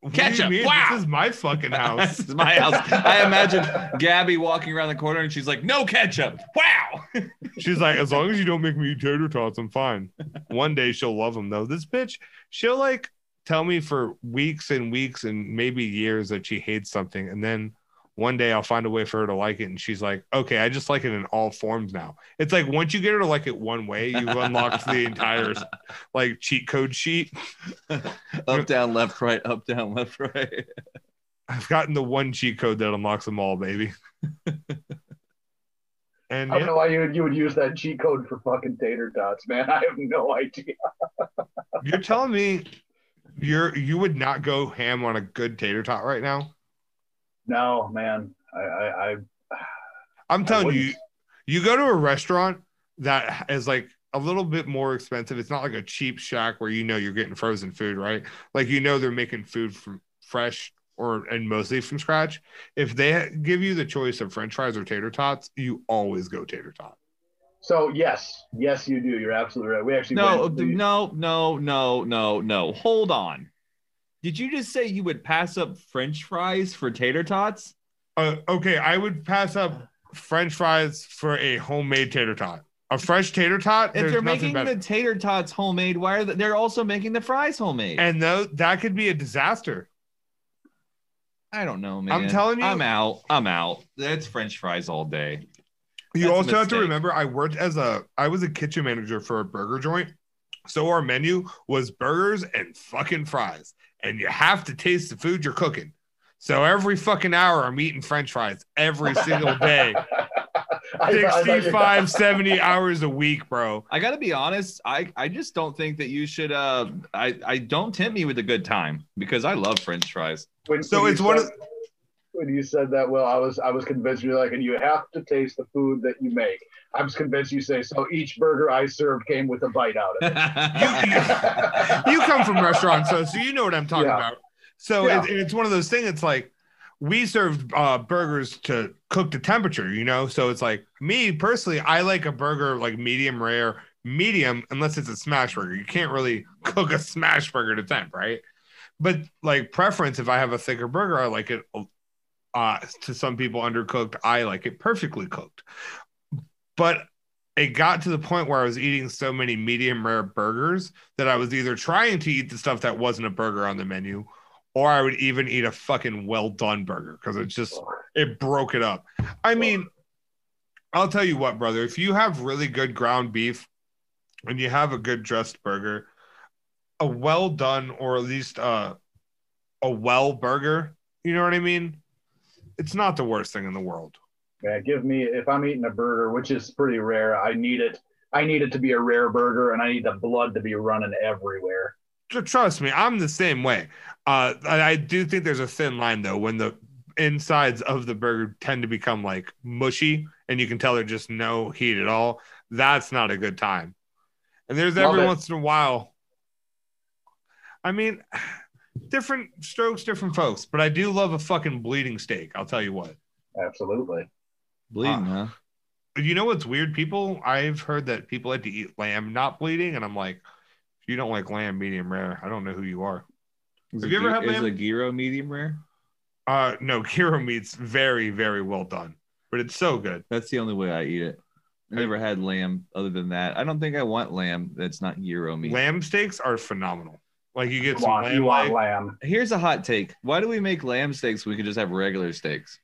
[SPEAKER 2] What do you
[SPEAKER 1] Ketchup,
[SPEAKER 2] mean?
[SPEAKER 1] wow.
[SPEAKER 2] This is my fucking house.
[SPEAKER 1] This is my house. I imagine Gabby walking around the corner and she's like, no ketchup. Wow.
[SPEAKER 2] She's like, as long as you don't make me eat tater tots, I'm fine. One day she'll love them though. This bitch, she'll like tell me for weeks and weeks and maybe years that she hates something, and then one day I'll find a way for her to like it, and she's like, okay, I just like it in all forms now. It's like once you get her to like it one way, you've unlocked the entire like cheat code sheet.
[SPEAKER 1] Up, down, left, right, up, down, left, right.
[SPEAKER 2] I've gotten the one cheat code that unlocks them all, baby. And
[SPEAKER 3] I don't
[SPEAKER 2] yeah,
[SPEAKER 3] know why you you would use that cheat code for fucking tater tots, man. I have no idea.
[SPEAKER 2] you're telling me you're you would not go ham on a good tater tot right now?
[SPEAKER 3] No, man. I I, I
[SPEAKER 2] I'm telling you,
[SPEAKER 3] wouldn't.
[SPEAKER 2] you go to a restaurant that is like a little bit more expensive. It's not like a cheap shack where you know you're getting frozen food, right? Like you know they're making food from fresh or and mostly from scratch. If they give you the choice of French fries or tater tots, you always go tater tot.
[SPEAKER 3] so yes, yes, you do. You're absolutely right. We actually
[SPEAKER 1] No,
[SPEAKER 3] went- we-
[SPEAKER 1] no, no, no, no, no. Hold on. Did you just say you would pass up French fries for tater tots?
[SPEAKER 2] Uh, okay, I would pass up French fries for a homemade tater tot. A fresh tater tot.
[SPEAKER 1] If
[SPEAKER 2] there's
[SPEAKER 1] they're
[SPEAKER 2] nothing
[SPEAKER 1] making
[SPEAKER 2] better.
[SPEAKER 1] the tater tots homemade, why are they, they're also making the fries homemade?
[SPEAKER 2] and though that could be a disaster.
[SPEAKER 1] I don't know, man.
[SPEAKER 2] I'm telling you-
[SPEAKER 1] I'm out. I'm out. That's French fries all day.
[SPEAKER 2] You
[SPEAKER 1] That's a
[SPEAKER 2] also have to
[SPEAKER 1] mistake.
[SPEAKER 2] remember, I worked as a, I was a kitchen manager for a burger joint. So our menu was burgers and fucking fries. And you have to taste the food you're cooking. So every fucking hour, I'm eating french fries every single day.
[SPEAKER 3] I thought- I thought you-
[SPEAKER 2] 65, 70 hours a week, bro.
[SPEAKER 1] I gotta be honest. I I just don't think that you should. Uh, I I don't tempt me with a good time because I love French fries.
[SPEAKER 3] When,
[SPEAKER 2] So
[SPEAKER 3] when
[SPEAKER 2] it's
[SPEAKER 3] you
[SPEAKER 2] one
[SPEAKER 3] said- when you said that, well, I was I was convinced you're like, and you have to taste the food that you make. I was convinced you say so. Each burger I served came with a bite out of it.
[SPEAKER 1] I
[SPEAKER 2] You come from restaurants, so, so you know what I'm talking
[SPEAKER 3] Yeah.
[SPEAKER 2] about. So
[SPEAKER 3] Yeah.
[SPEAKER 2] it's it's one of those things. It's like we served uh, burgers to cook to temperature, you know. So it's like me personally, I like a burger like medium rare, medium unless it's a smash burger. You can't really cook a smash burger to temp, right? But like preference, if I have a thicker burger, I like it. Uh, to some people, undercooked. I like it perfectly cooked. But it got to the point where I was eating so many medium rare burgers that I was either trying to eat the stuff that wasn't a burger on the menu, or I would even eat a fucking well done burger because it just it broke it up. I mean, I'll tell you what, brother, if you have really good ground beef and you have a good dressed burger, a well done or at least a a well burger, you know what I mean? It's not the worst thing in the world.
[SPEAKER 3] Yeah, give me if I'm eating a burger, which is pretty rare. I need it. I need it to be a rare burger, and I need the blood to be running everywhere.
[SPEAKER 2] Tr- trust me, I'm the same way. Uh, I, I do think there's a thin line though when the insides of the burger tend to become like mushy and you can tell they're just no heat at all. That's not a good time. And there's
[SPEAKER 3] Love
[SPEAKER 2] every
[SPEAKER 3] it.
[SPEAKER 2] once in a while. I mean, different strokes, different folks. But I do love a fucking bleeding steak. I'll tell you what.
[SPEAKER 3] Absolutely.
[SPEAKER 2] Ah.
[SPEAKER 1] Bleeding, huh?
[SPEAKER 2] You know what's weird? People, I've heard that people like to eat lamb not bleeding, and I'm like, if you don't like lamb medium rare, I don't know who you are.
[SPEAKER 1] Is
[SPEAKER 2] Have
[SPEAKER 1] a
[SPEAKER 2] you ever
[SPEAKER 1] gy-
[SPEAKER 2] had
[SPEAKER 1] is
[SPEAKER 2] lamb?
[SPEAKER 1] a gyro medium rare?
[SPEAKER 2] Uh, no, Kiro meat's very, very well done, but it's so good.
[SPEAKER 1] That's the only way I eat it. I never had lamb other than that. I don't think I want lamb that's not gyro meat.
[SPEAKER 2] Lamb steaks are phenomenal. Like you get
[SPEAKER 3] You
[SPEAKER 2] some
[SPEAKER 3] want,
[SPEAKER 2] lamb,
[SPEAKER 3] you want
[SPEAKER 2] leg-
[SPEAKER 3] lamb.
[SPEAKER 1] Here's a hot take. Why do we make lamb steaks when we could just have regular steaks?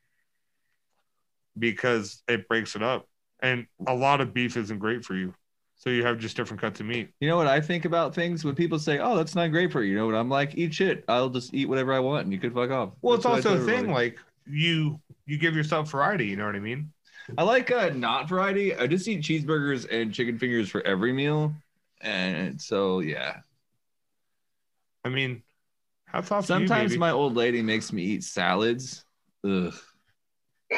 [SPEAKER 2] because it breaks it up, and a lot of beef isn't great for you, so you have just different cuts of meat.
[SPEAKER 1] You know what I think about things when people say, "Oh, that's not great for you." You know what I'm like? Eat shit. I'll just eat whatever I want, and you could fuck off.
[SPEAKER 2] Well,
[SPEAKER 1] That's
[SPEAKER 2] it's
[SPEAKER 1] what I
[SPEAKER 2] also
[SPEAKER 1] tell
[SPEAKER 2] a thing
[SPEAKER 1] everybody.
[SPEAKER 2] like you you give yourself variety. You know what I mean?
[SPEAKER 1] I like uh, not variety. I just eat cheeseburgers and chicken fingers for every meal, and so yeah.
[SPEAKER 2] I mean, hats off to you,
[SPEAKER 1] Sometimes
[SPEAKER 2] baby.
[SPEAKER 1] my old lady makes me eat salads. Ugh.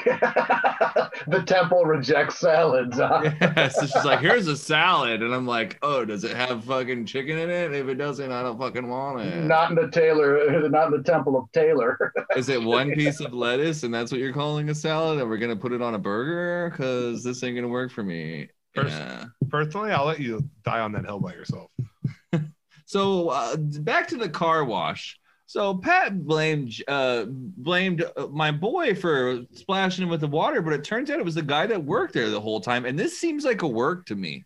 [SPEAKER 3] the temple rejects salads. huh?
[SPEAKER 1] Yeah, so she's like, "Here's a salad," and I'm like, "Oh, does it have fucking chicken in it? If it doesn't, I don't fucking want it." Is
[SPEAKER 3] Not in the Taylor, not in the temple of Taylor.
[SPEAKER 1] it one piece of lettuce, and that's what you're calling a salad? And we're gonna put it on a burger? Cause this ain't gonna work for me.
[SPEAKER 2] Pers-
[SPEAKER 1] Yeah.
[SPEAKER 2] Personally, I'll let you die on that hill by yourself.
[SPEAKER 1] So uh, back to the car wash. So Pat blamed uh, blamed uh, my boy for splashing him with the water, but it turns out it was the guy that worked there the whole time. And this seems like a work to me.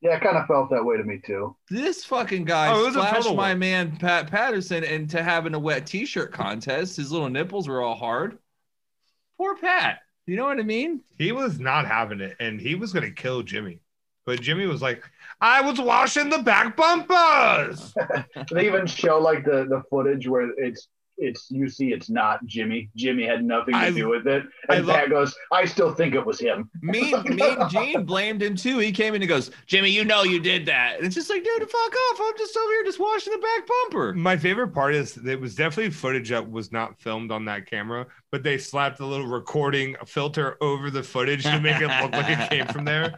[SPEAKER 3] yeah, I kind of felt that way to me too.
[SPEAKER 1] This fucking guy
[SPEAKER 2] Oh, it was a
[SPEAKER 1] splashed
[SPEAKER 2] total
[SPEAKER 1] my
[SPEAKER 2] work.
[SPEAKER 1] man Pat Patterson into having a wet T-shirt contest. His little nipples were all hard. Poor Pat. You know what I mean?
[SPEAKER 2] He was not having it, and he was gonna kill Jimmy. But Jimmy was like, "I was washing the back bumpers."
[SPEAKER 3] They even show like the the footage where it's it's you see it's not Jimmy. Jimmy had nothing to
[SPEAKER 2] I-
[SPEAKER 3] do with it.
[SPEAKER 2] I
[SPEAKER 3] And
[SPEAKER 2] love-
[SPEAKER 3] Pat goes, I still think it was him.
[SPEAKER 1] Me, me and Gene blamed him too. He came in and goes, "Jimmy, you know you did that." And it's just like, dude, fuck off. I'm just over here just washing the back bumper.
[SPEAKER 2] My favorite part is it was definitely footage that was not filmed on that camera, but they slapped a little recording filter over the footage to make it look like it came from there.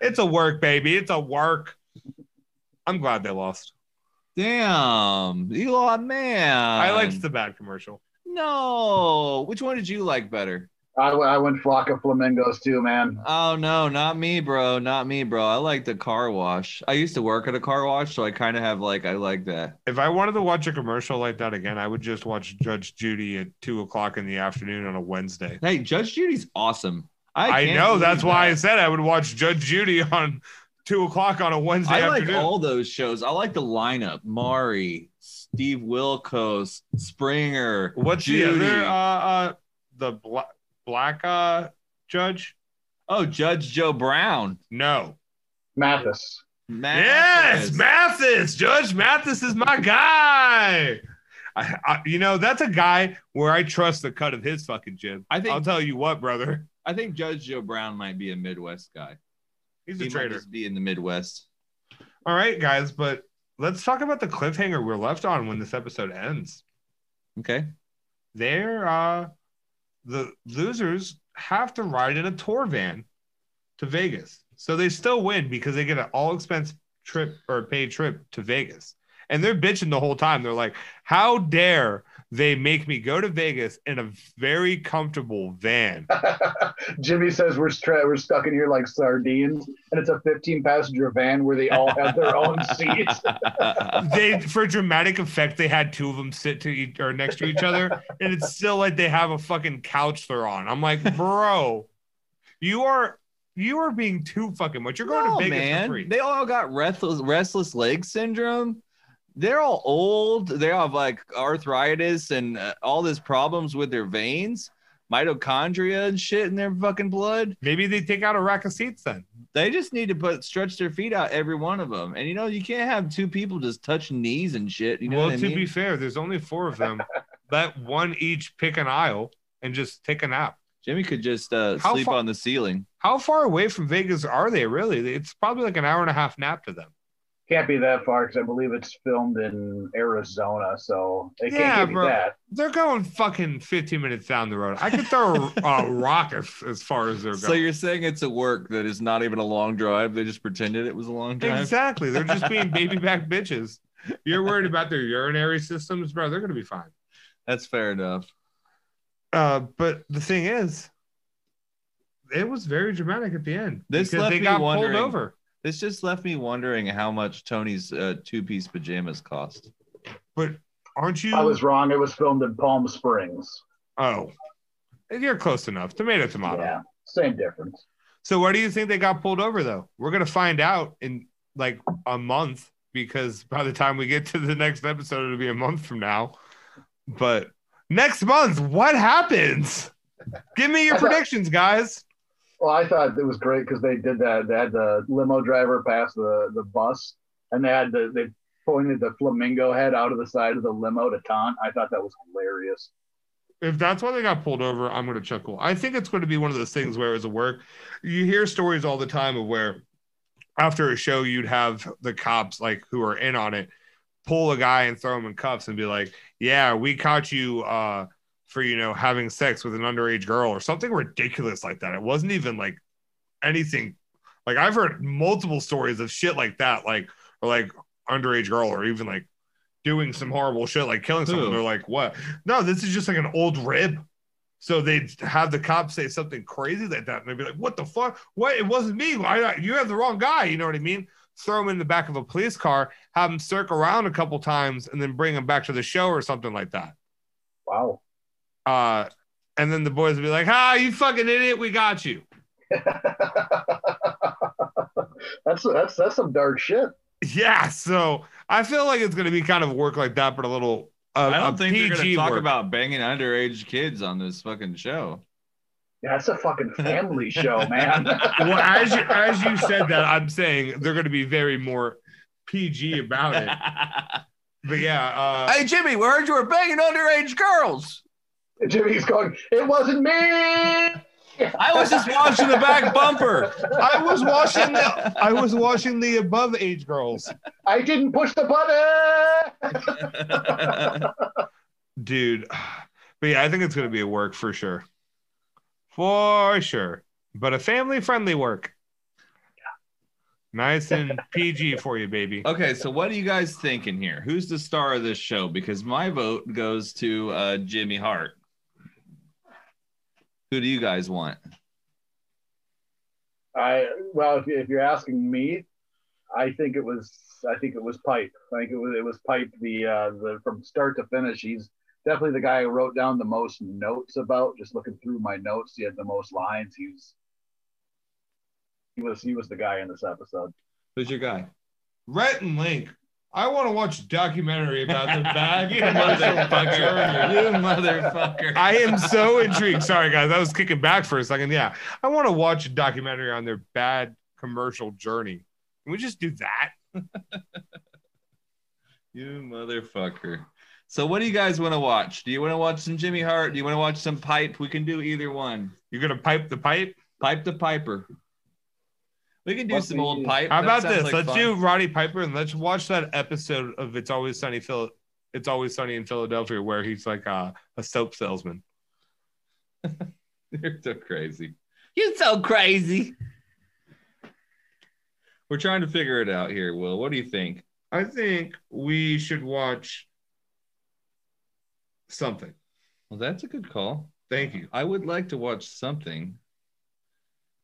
[SPEAKER 2] It's a work, baby. It's a work. I'm glad they lost.
[SPEAKER 1] Damn, you are a man.
[SPEAKER 2] I liked the bad commercial.
[SPEAKER 1] No, which one did you like better?
[SPEAKER 3] I, w- I went flock of flamingos too, man.
[SPEAKER 1] Oh no, not me, bro. Not me, bro. I like the car wash. I used to work at a car wash, so I kind of have like I like that.
[SPEAKER 2] If I wanted to watch a commercial like that again, I would just watch Judge Judy at two o'clock in the afternoon on a Wednesday.
[SPEAKER 1] Hey, Judge Judy's awesome. I,
[SPEAKER 2] I,
[SPEAKER 1] can't
[SPEAKER 2] know
[SPEAKER 1] believe
[SPEAKER 2] that's why I
[SPEAKER 1] that.
[SPEAKER 2] said I would watch Judge Judy on two o'clock on a Wednesday
[SPEAKER 1] I like
[SPEAKER 2] afternoon.
[SPEAKER 1] all those shows. I like the lineup: Mari, Steve Wilkos, Springer.
[SPEAKER 2] What's
[SPEAKER 1] Judy.
[SPEAKER 2] the other uh, uh the black black uh judge?
[SPEAKER 1] Oh, Judge Joe Brown.
[SPEAKER 2] No.
[SPEAKER 3] Mathis.
[SPEAKER 2] Yes,
[SPEAKER 1] Mathis.
[SPEAKER 2] Mathis. Judge Mathis is my guy. I, I, you know that's a guy where I trust the cut of his fucking jib.
[SPEAKER 1] I think-
[SPEAKER 2] I'll tell you what, brother.
[SPEAKER 1] I think Judge Joe Brown might be a Midwest guy.
[SPEAKER 2] He's
[SPEAKER 1] he
[SPEAKER 2] a
[SPEAKER 1] might
[SPEAKER 2] traitor.
[SPEAKER 1] just be in the Midwest.
[SPEAKER 2] All right, guys, but let's talk about the cliffhanger we're left on when this episode ends.
[SPEAKER 1] Okay.
[SPEAKER 2] They're uh, the losers have to ride in a tour van to Vegas, so they still win because they get an all expense trip or paid trip to Vegas. And they're bitching the whole time. They're like, "How dare they make me go to Vegas in a very comfortable van?"
[SPEAKER 3] Jimmy says we're, stra- we're stuck in here like sardines, and it's a 15 passenger van where they all have their own seats.
[SPEAKER 2] they for dramatic effect they had two of them sit to each or next to each other and it's still like they have a fucking couch they're on i'm like bro you are you are being too fucking much you're going
[SPEAKER 1] No,
[SPEAKER 2] to vegas
[SPEAKER 1] man.
[SPEAKER 2] for free
[SPEAKER 1] They all got restless, restless leg syndrome. They're all old. They all have like arthritis and uh, all these problems with their veins, mitochondria and shit in their fucking blood.
[SPEAKER 2] maybe they take out a rack of seats then
[SPEAKER 1] They just need to put stretch their feet out, every one of them. And you know, you can't have two people just touch knees and shit. You know
[SPEAKER 2] well
[SPEAKER 1] what I
[SPEAKER 2] to
[SPEAKER 1] mean?
[SPEAKER 2] be fair there's only four of them let one each pick an aisle and just take a nap
[SPEAKER 1] Jimmy could just uh,
[SPEAKER 2] How
[SPEAKER 1] sleep
[SPEAKER 2] far-
[SPEAKER 1] on the ceiling.
[SPEAKER 2] how far away from vegas are they really it's probably like an hour and a half nap to them
[SPEAKER 3] Can't be that far because I believe it's filmed in Arizona, so they can't
[SPEAKER 2] Yeah,
[SPEAKER 3] give you
[SPEAKER 2] bro.
[SPEAKER 3] that.
[SPEAKER 2] they're going fucking 15 minutes down the road. I could throw a, a rock as, as far as they're going.
[SPEAKER 1] So you're saying it's a work that is not even a long drive. They just pretended it was a long drive.
[SPEAKER 2] Exactly. They're just being baby back bitches. You're worried about their urinary systems, bro. They're gonna be fine.
[SPEAKER 1] That's fair enough.
[SPEAKER 2] Uh, but the thing is, it was very dramatic at the end.
[SPEAKER 1] This
[SPEAKER 2] because
[SPEAKER 1] left
[SPEAKER 2] they
[SPEAKER 1] me
[SPEAKER 2] got
[SPEAKER 1] wondering.
[SPEAKER 2] pulled over.
[SPEAKER 1] This just left me wondering how much Tony's uh, two-piece pajamas cost.
[SPEAKER 2] But aren't you?
[SPEAKER 3] I was wrong. It was filmed in Palm Springs.
[SPEAKER 2] Oh, you're close enough. Tomato, tomato.
[SPEAKER 3] Yeah, same difference.
[SPEAKER 2] So where do you think they got pulled over though? We're gonna find out in like a month because by the time we get to the next episode, it'll be a month from now. But next month, what happens? Give me your
[SPEAKER 3] I thought-
[SPEAKER 2] predictions, guys.
[SPEAKER 3] Well, I thought it was great because they did that. They had the limo driver pass the, the bus, and they had the they pointed the flamingo head out of the side of the limo to taunt. I thought that was hilarious.
[SPEAKER 2] If that's why they got pulled over, I'm gonna chuckle. I think it's gonna be one of those things where it's a work. You hear stories all the time of where after a show you'd have the cops like who are in on it pull a guy and throw him in cuffs and be like, "Yeah, we caught you uh, for you know having sex with an underage girl or something ridiculous like that." It wasn't even like anything. Like I've heard multiple stories of shit like that, like or like underage girl or even like doing some horrible shit, like killing someone.
[SPEAKER 1] Who?
[SPEAKER 2] They're like, "What? No, this is just like an old rib." So they'd have the cops say something crazy like that, and they'd be like, "What the fuck? What? It wasn't me. I, you have the wrong guy." You know what I mean? Throw him in the back of a police car, have them circle around a couple times and then bring them back to the show or something like that.
[SPEAKER 3] Wow.
[SPEAKER 2] Uh, and then the boys would be like, ah, you fucking idiot, we got you.
[SPEAKER 3] that's that's that's some dark shit.
[SPEAKER 2] Yeah, so I feel like it's going to be kind of work like that, but a little. Uh,
[SPEAKER 1] I don't
[SPEAKER 2] a
[SPEAKER 1] think they're gonna
[SPEAKER 2] PG
[SPEAKER 1] talk
[SPEAKER 2] work.
[SPEAKER 1] about banging underage kids on this fucking show.
[SPEAKER 3] Yeah, that's a fucking family show, man.
[SPEAKER 2] Well, as you, as you said that, I'm saying they're going to be very more PG about it. But yeah, uh,
[SPEAKER 1] hey Jimmy, we heard you were banging underage girls.
[SPEAKER 3] Jimmy's going. It wasn't me.
[SPEAKER 1] I was just watching the back bumper.
[SPEAKER 2] I was watching the I was watching the above age girls,
[SPEAKER 3] I didn't push the button.
[SPEAKER 2] dude. But yeah, I think it's going to be a work for sure, for sure. But a family friendly work. Nice and PG for you, baby.
[SPEAKER 1] okay, so what are you guys thinking here? Who's the star of this show? Because my vote goes to uh, Jimmy Hart. Who do you guys want?
[SPEAKER 3] I well, if, you- if you're asking me, I think it was I think it was Pipe. I think it was it was Pipe. The uh, the from start to finish, he's definitely the guy I wrote down the most notes about. Just looking through my notes, he had the most lines. He was he was he was the guy in this episode.
[SPEAKER 1] Who's your guy?
[SPEAKER 2] Rhett and Link. I want to watch a documentary about the bag.
[SPEAKER 1] you motherfucker. you motherfucker.
[SPEAKER 2] I am so intrigued. Sorry, guys. I was kicking back for a second. Yeah. I want to watch a documentary on their bad commercial journey. Can we just do that?
[SPEAKER 1] You motherfucker. So, what do you guys want to watch? Do you want to watch some Jimmy Hart? Do you want to watch some Pipe? We can do either one.
[SPEAKER 2] You're going to pipe the pipe?
[SPEAKER 1] Pipe the Piper. We can do
[SPEAKER 3] Let
[SPEAKER 1] some
[SPEAKER 3] me-
[SPEAKER 1] old pipe.
[SPEAKER 2] How
[SPEAKER 1] That
[SPEAKER 2] about
[SPEAKER 1] sounds
[SPEAKER 2] this?
[SPEAKER 1] like
[SPEAKER 2] let's
[SPEAKER 1] fun.
[SPEAKER 2] do Roddy Piper and let's watch that episode of It's Always Sunny Phil It's Always Sunny in Philadelphia where he's like uh, a soap salesman.
[SPEAKER 1] You're so crazy. You're so crazy. We're trying to figure it out here, Will. What do you think?
[SPEAKER 2] I think we should watch something.
[SPEAKER 1] Well, that's a good call.
[SPEAKER 2] Thank you.
[SPEAKER 1] I would like to watch something.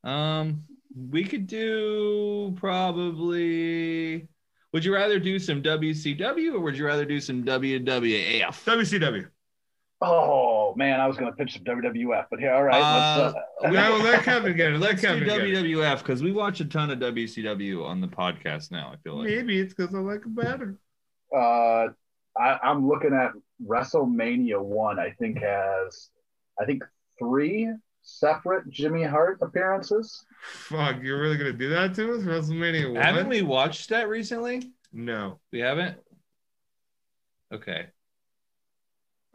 [SPEAKER 1] Um, we could do probably. Would you rather do some WCW or would you rather do some WWF?
[SPEAKER 2] WCW.
[SPEAKER 3] Oh man, I was going to pitch some WWF, but yeah, all right. let's, uh,
[SPEAKER 2] No, let Kevin get it. Let
[SPEAKER 1] Let's do
[SPEAKER 2] Kevin get it.
[SPEAKER 1] WWF because we watch a ton of WCW on the podcast now. I feel like
[SPEAKER 2] Maybe it's because I like it better.
[SPEAKER 3] uh, I, I'm looking at WrestleMania one. I think has, I think three separate Jimmy Hart appearances.
[SPEAKER 2] Fuck, you're really gonna do that to us? WrestleMania one?
[SPEAKER 1] haven't we watched that recently?
[SPEAKER 2] No.
[SPEAKER 1] We haven't. Okay,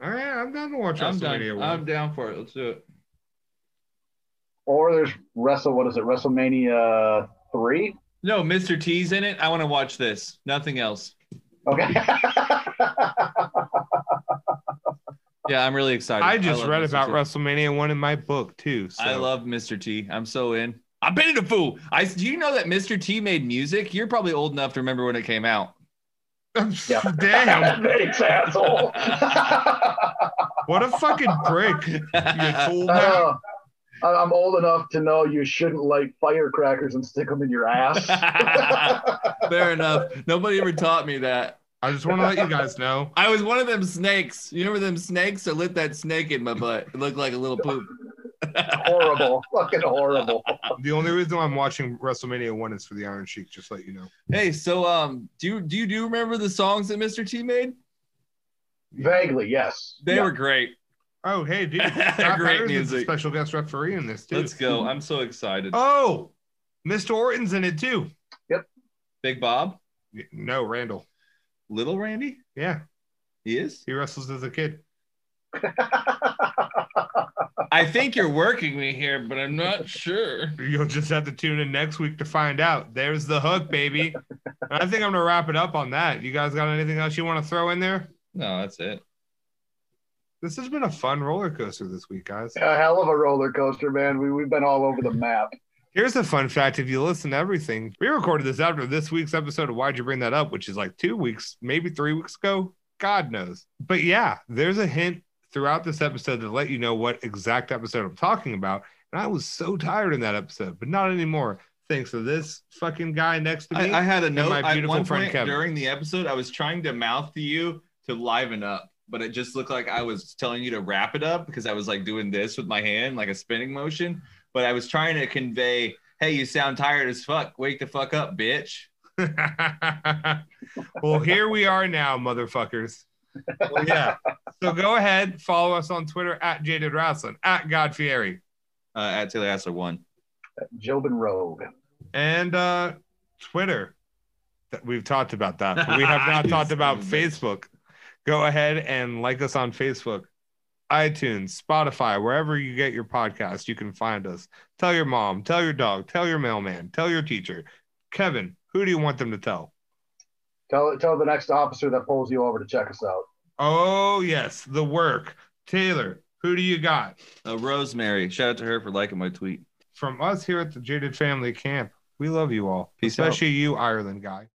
[SPEAKER 2] All right, I'm down to watch
[SPEAKER 1] I'm
[SPEAKER 2] WrestleMania
[SPEAKER 1] done.
[SPEAKER 2] one.
[SPEAKER 1] I'm down for it. Let's do it.
[SPEAKER 3] Or there's Wrestle. What is it? WrestleMania three.
[SPEAKER 1] No, Mr. T's in it. I want to watch this. Nothing else.
[SPEAKER 3] Okay.
[SPEAKER 1] Yeah, I'm really excited.
[SPEAKER 2] I just
[SPEAKER 1] love
[SPEAKER 2] read
[SPEAKER 1] Mr.
[SPEAKER 2] about
[SPEAKER 1] T.
[SPEAKER 2] WrestleMania one in my book too. So.
[SPEAKER 1] I love Mr. T. I'm so in. I've been in a fool. I do you know that Mr. T made music? You're probably old enough to remember when it came out.
[SPEAKER 3] Yeah.
[SPEAKER 2] Damn.
[SPEAKER 3] Thanks, asshole.
[SPEAKER 2] What a fucking prick. You fool. man.
[SPEAKER 3] Uh, I- I'm old enough to know you shouldn't light firecrackers and stick them in your ass.
[SPEAKER 1] Fair enough. Nobody ever taught me that.
[SPEAKER 2] I just want to let you guys know.
[SPEAKER 1] I was one of them snakes. You remember them snakes? I lit that snake in my butt. It looked like a little poop.
[SPEAKER 3] horrible. Fucking horrible.
[SPEAKER 2] The only reason why I'm watching WrestleMania 1 is for the Iron Sheik, just let you know.
[SPEAKER 1] Hey, so um, do you do you do remember the songs that Mr. T made?
[SPEAKER 3] Vaguely, yes.
[SPEAKER 1] They
[SPEAKER 3] Yeah.
[SPEAKER 1] were great.
[SPEAKER 2] Oh, hey, dude.
[SPEAKER 1] great
[SPEAKER 2] Great is a
[SPEAKER 1] music.
[SPEAKER 2] special guest referee in this, too.
[SPEAKER 1] Let's go. I'm so excited.
[SPEAKER 2] Oh, Mr. Orton's in it, too.
[SPEAKER 1] Big Bob,
[SPEAKER 2] No, Randall.
[SPEAKER 1] little Randy,
[SPEAKER 2] Yeah,
[SPEAKER 1] he is.
[SPEAKER 2] he wrestles as a kid.
[SPEAKER 1] I think you're working me here, but I'm not sure.
[SPEAKER 2] You'll just have to tune in next week to find out. There's the hook, baby. And I think I'm going to wrap it up on that. You guys got anything else you want to throw in there?
[SPEAKER 1] No, that's it.
[SPEAKER 2] This has been a fun roller coaster this week, guys.
[SPEAKER 3] A hell of a roller coaster, man. We, we've been all over the map.
[SPEAKER 2] Here's a fun fact if you listen to everything, we recorded this after this week's episode of Why'd You Bring That Up, which is like two weeks, maybe three weeks ago. God knows. But yeah, there's a hint throughout this episode to let you know what exact episode I'm talking about. And I was so tired in that episode, but not anymore. Thanks to this fucking guy next to me.
[SPEAKER 1] I, I had a note.
[SPEAKER 2] my
[SPEAKER 1] I,
[SPEAKER 2] beautiful
[SPEAKER 1] one
[SPEAKER 2] friend
[SPEAKER 1] point
[SPEAKER 2] Kevin.
[SPEAKER 1] during the episode, I was trying to mouth to you to liven up, but it just looked like I was telling you to wrap it up because I was like doing this with my hand, like a spinning motion. But I was trying to convey, "Hey, you sound tired as fuck. Wake the fuck up, bitch."
[SPEAKER 2] well, here we are now, motherfuckers. Well, yeah. So go ahead, follow us on Twitter at Jaded Wrestling, at God Fieri.
[SPEAKER 1] Uh, at Taylor Hassler one.
[SPEAKER 3] Jobin Rogue.
[SPEAKER 2] and uh, Twitter. That We've talked about that. but We have not
[SPEAKER 1] You
[SPEAKER 2] talked
[SPEAKER 1] son
[SPEAKER 2] about
[SPEAKER 1] of a bitch.
[SPEAKER 2] Facebook. Go ahead and like us on Facebook, iTunes, Spotify, wherever you get your podcast, you can find us. Tell your mom, tell your dog, tell your mailman, tell your teacher. Kevin, who do you want them to tell?
[SPEAKER 3] Tell, tell the next officer that pulls you over to check us out.
[SPEAKER 2] Oh, yes, the work. Taylor, who do you got?
[SPEAKER 1] Uh, Rosemary, shout out to her for liking my tweet.
[SPEAKER 2] From us here at the Jaded Family Camp, we love you all,
[SPEAKER 1] Peace out.
[SPEAKER 2] especially you, Ireland guy.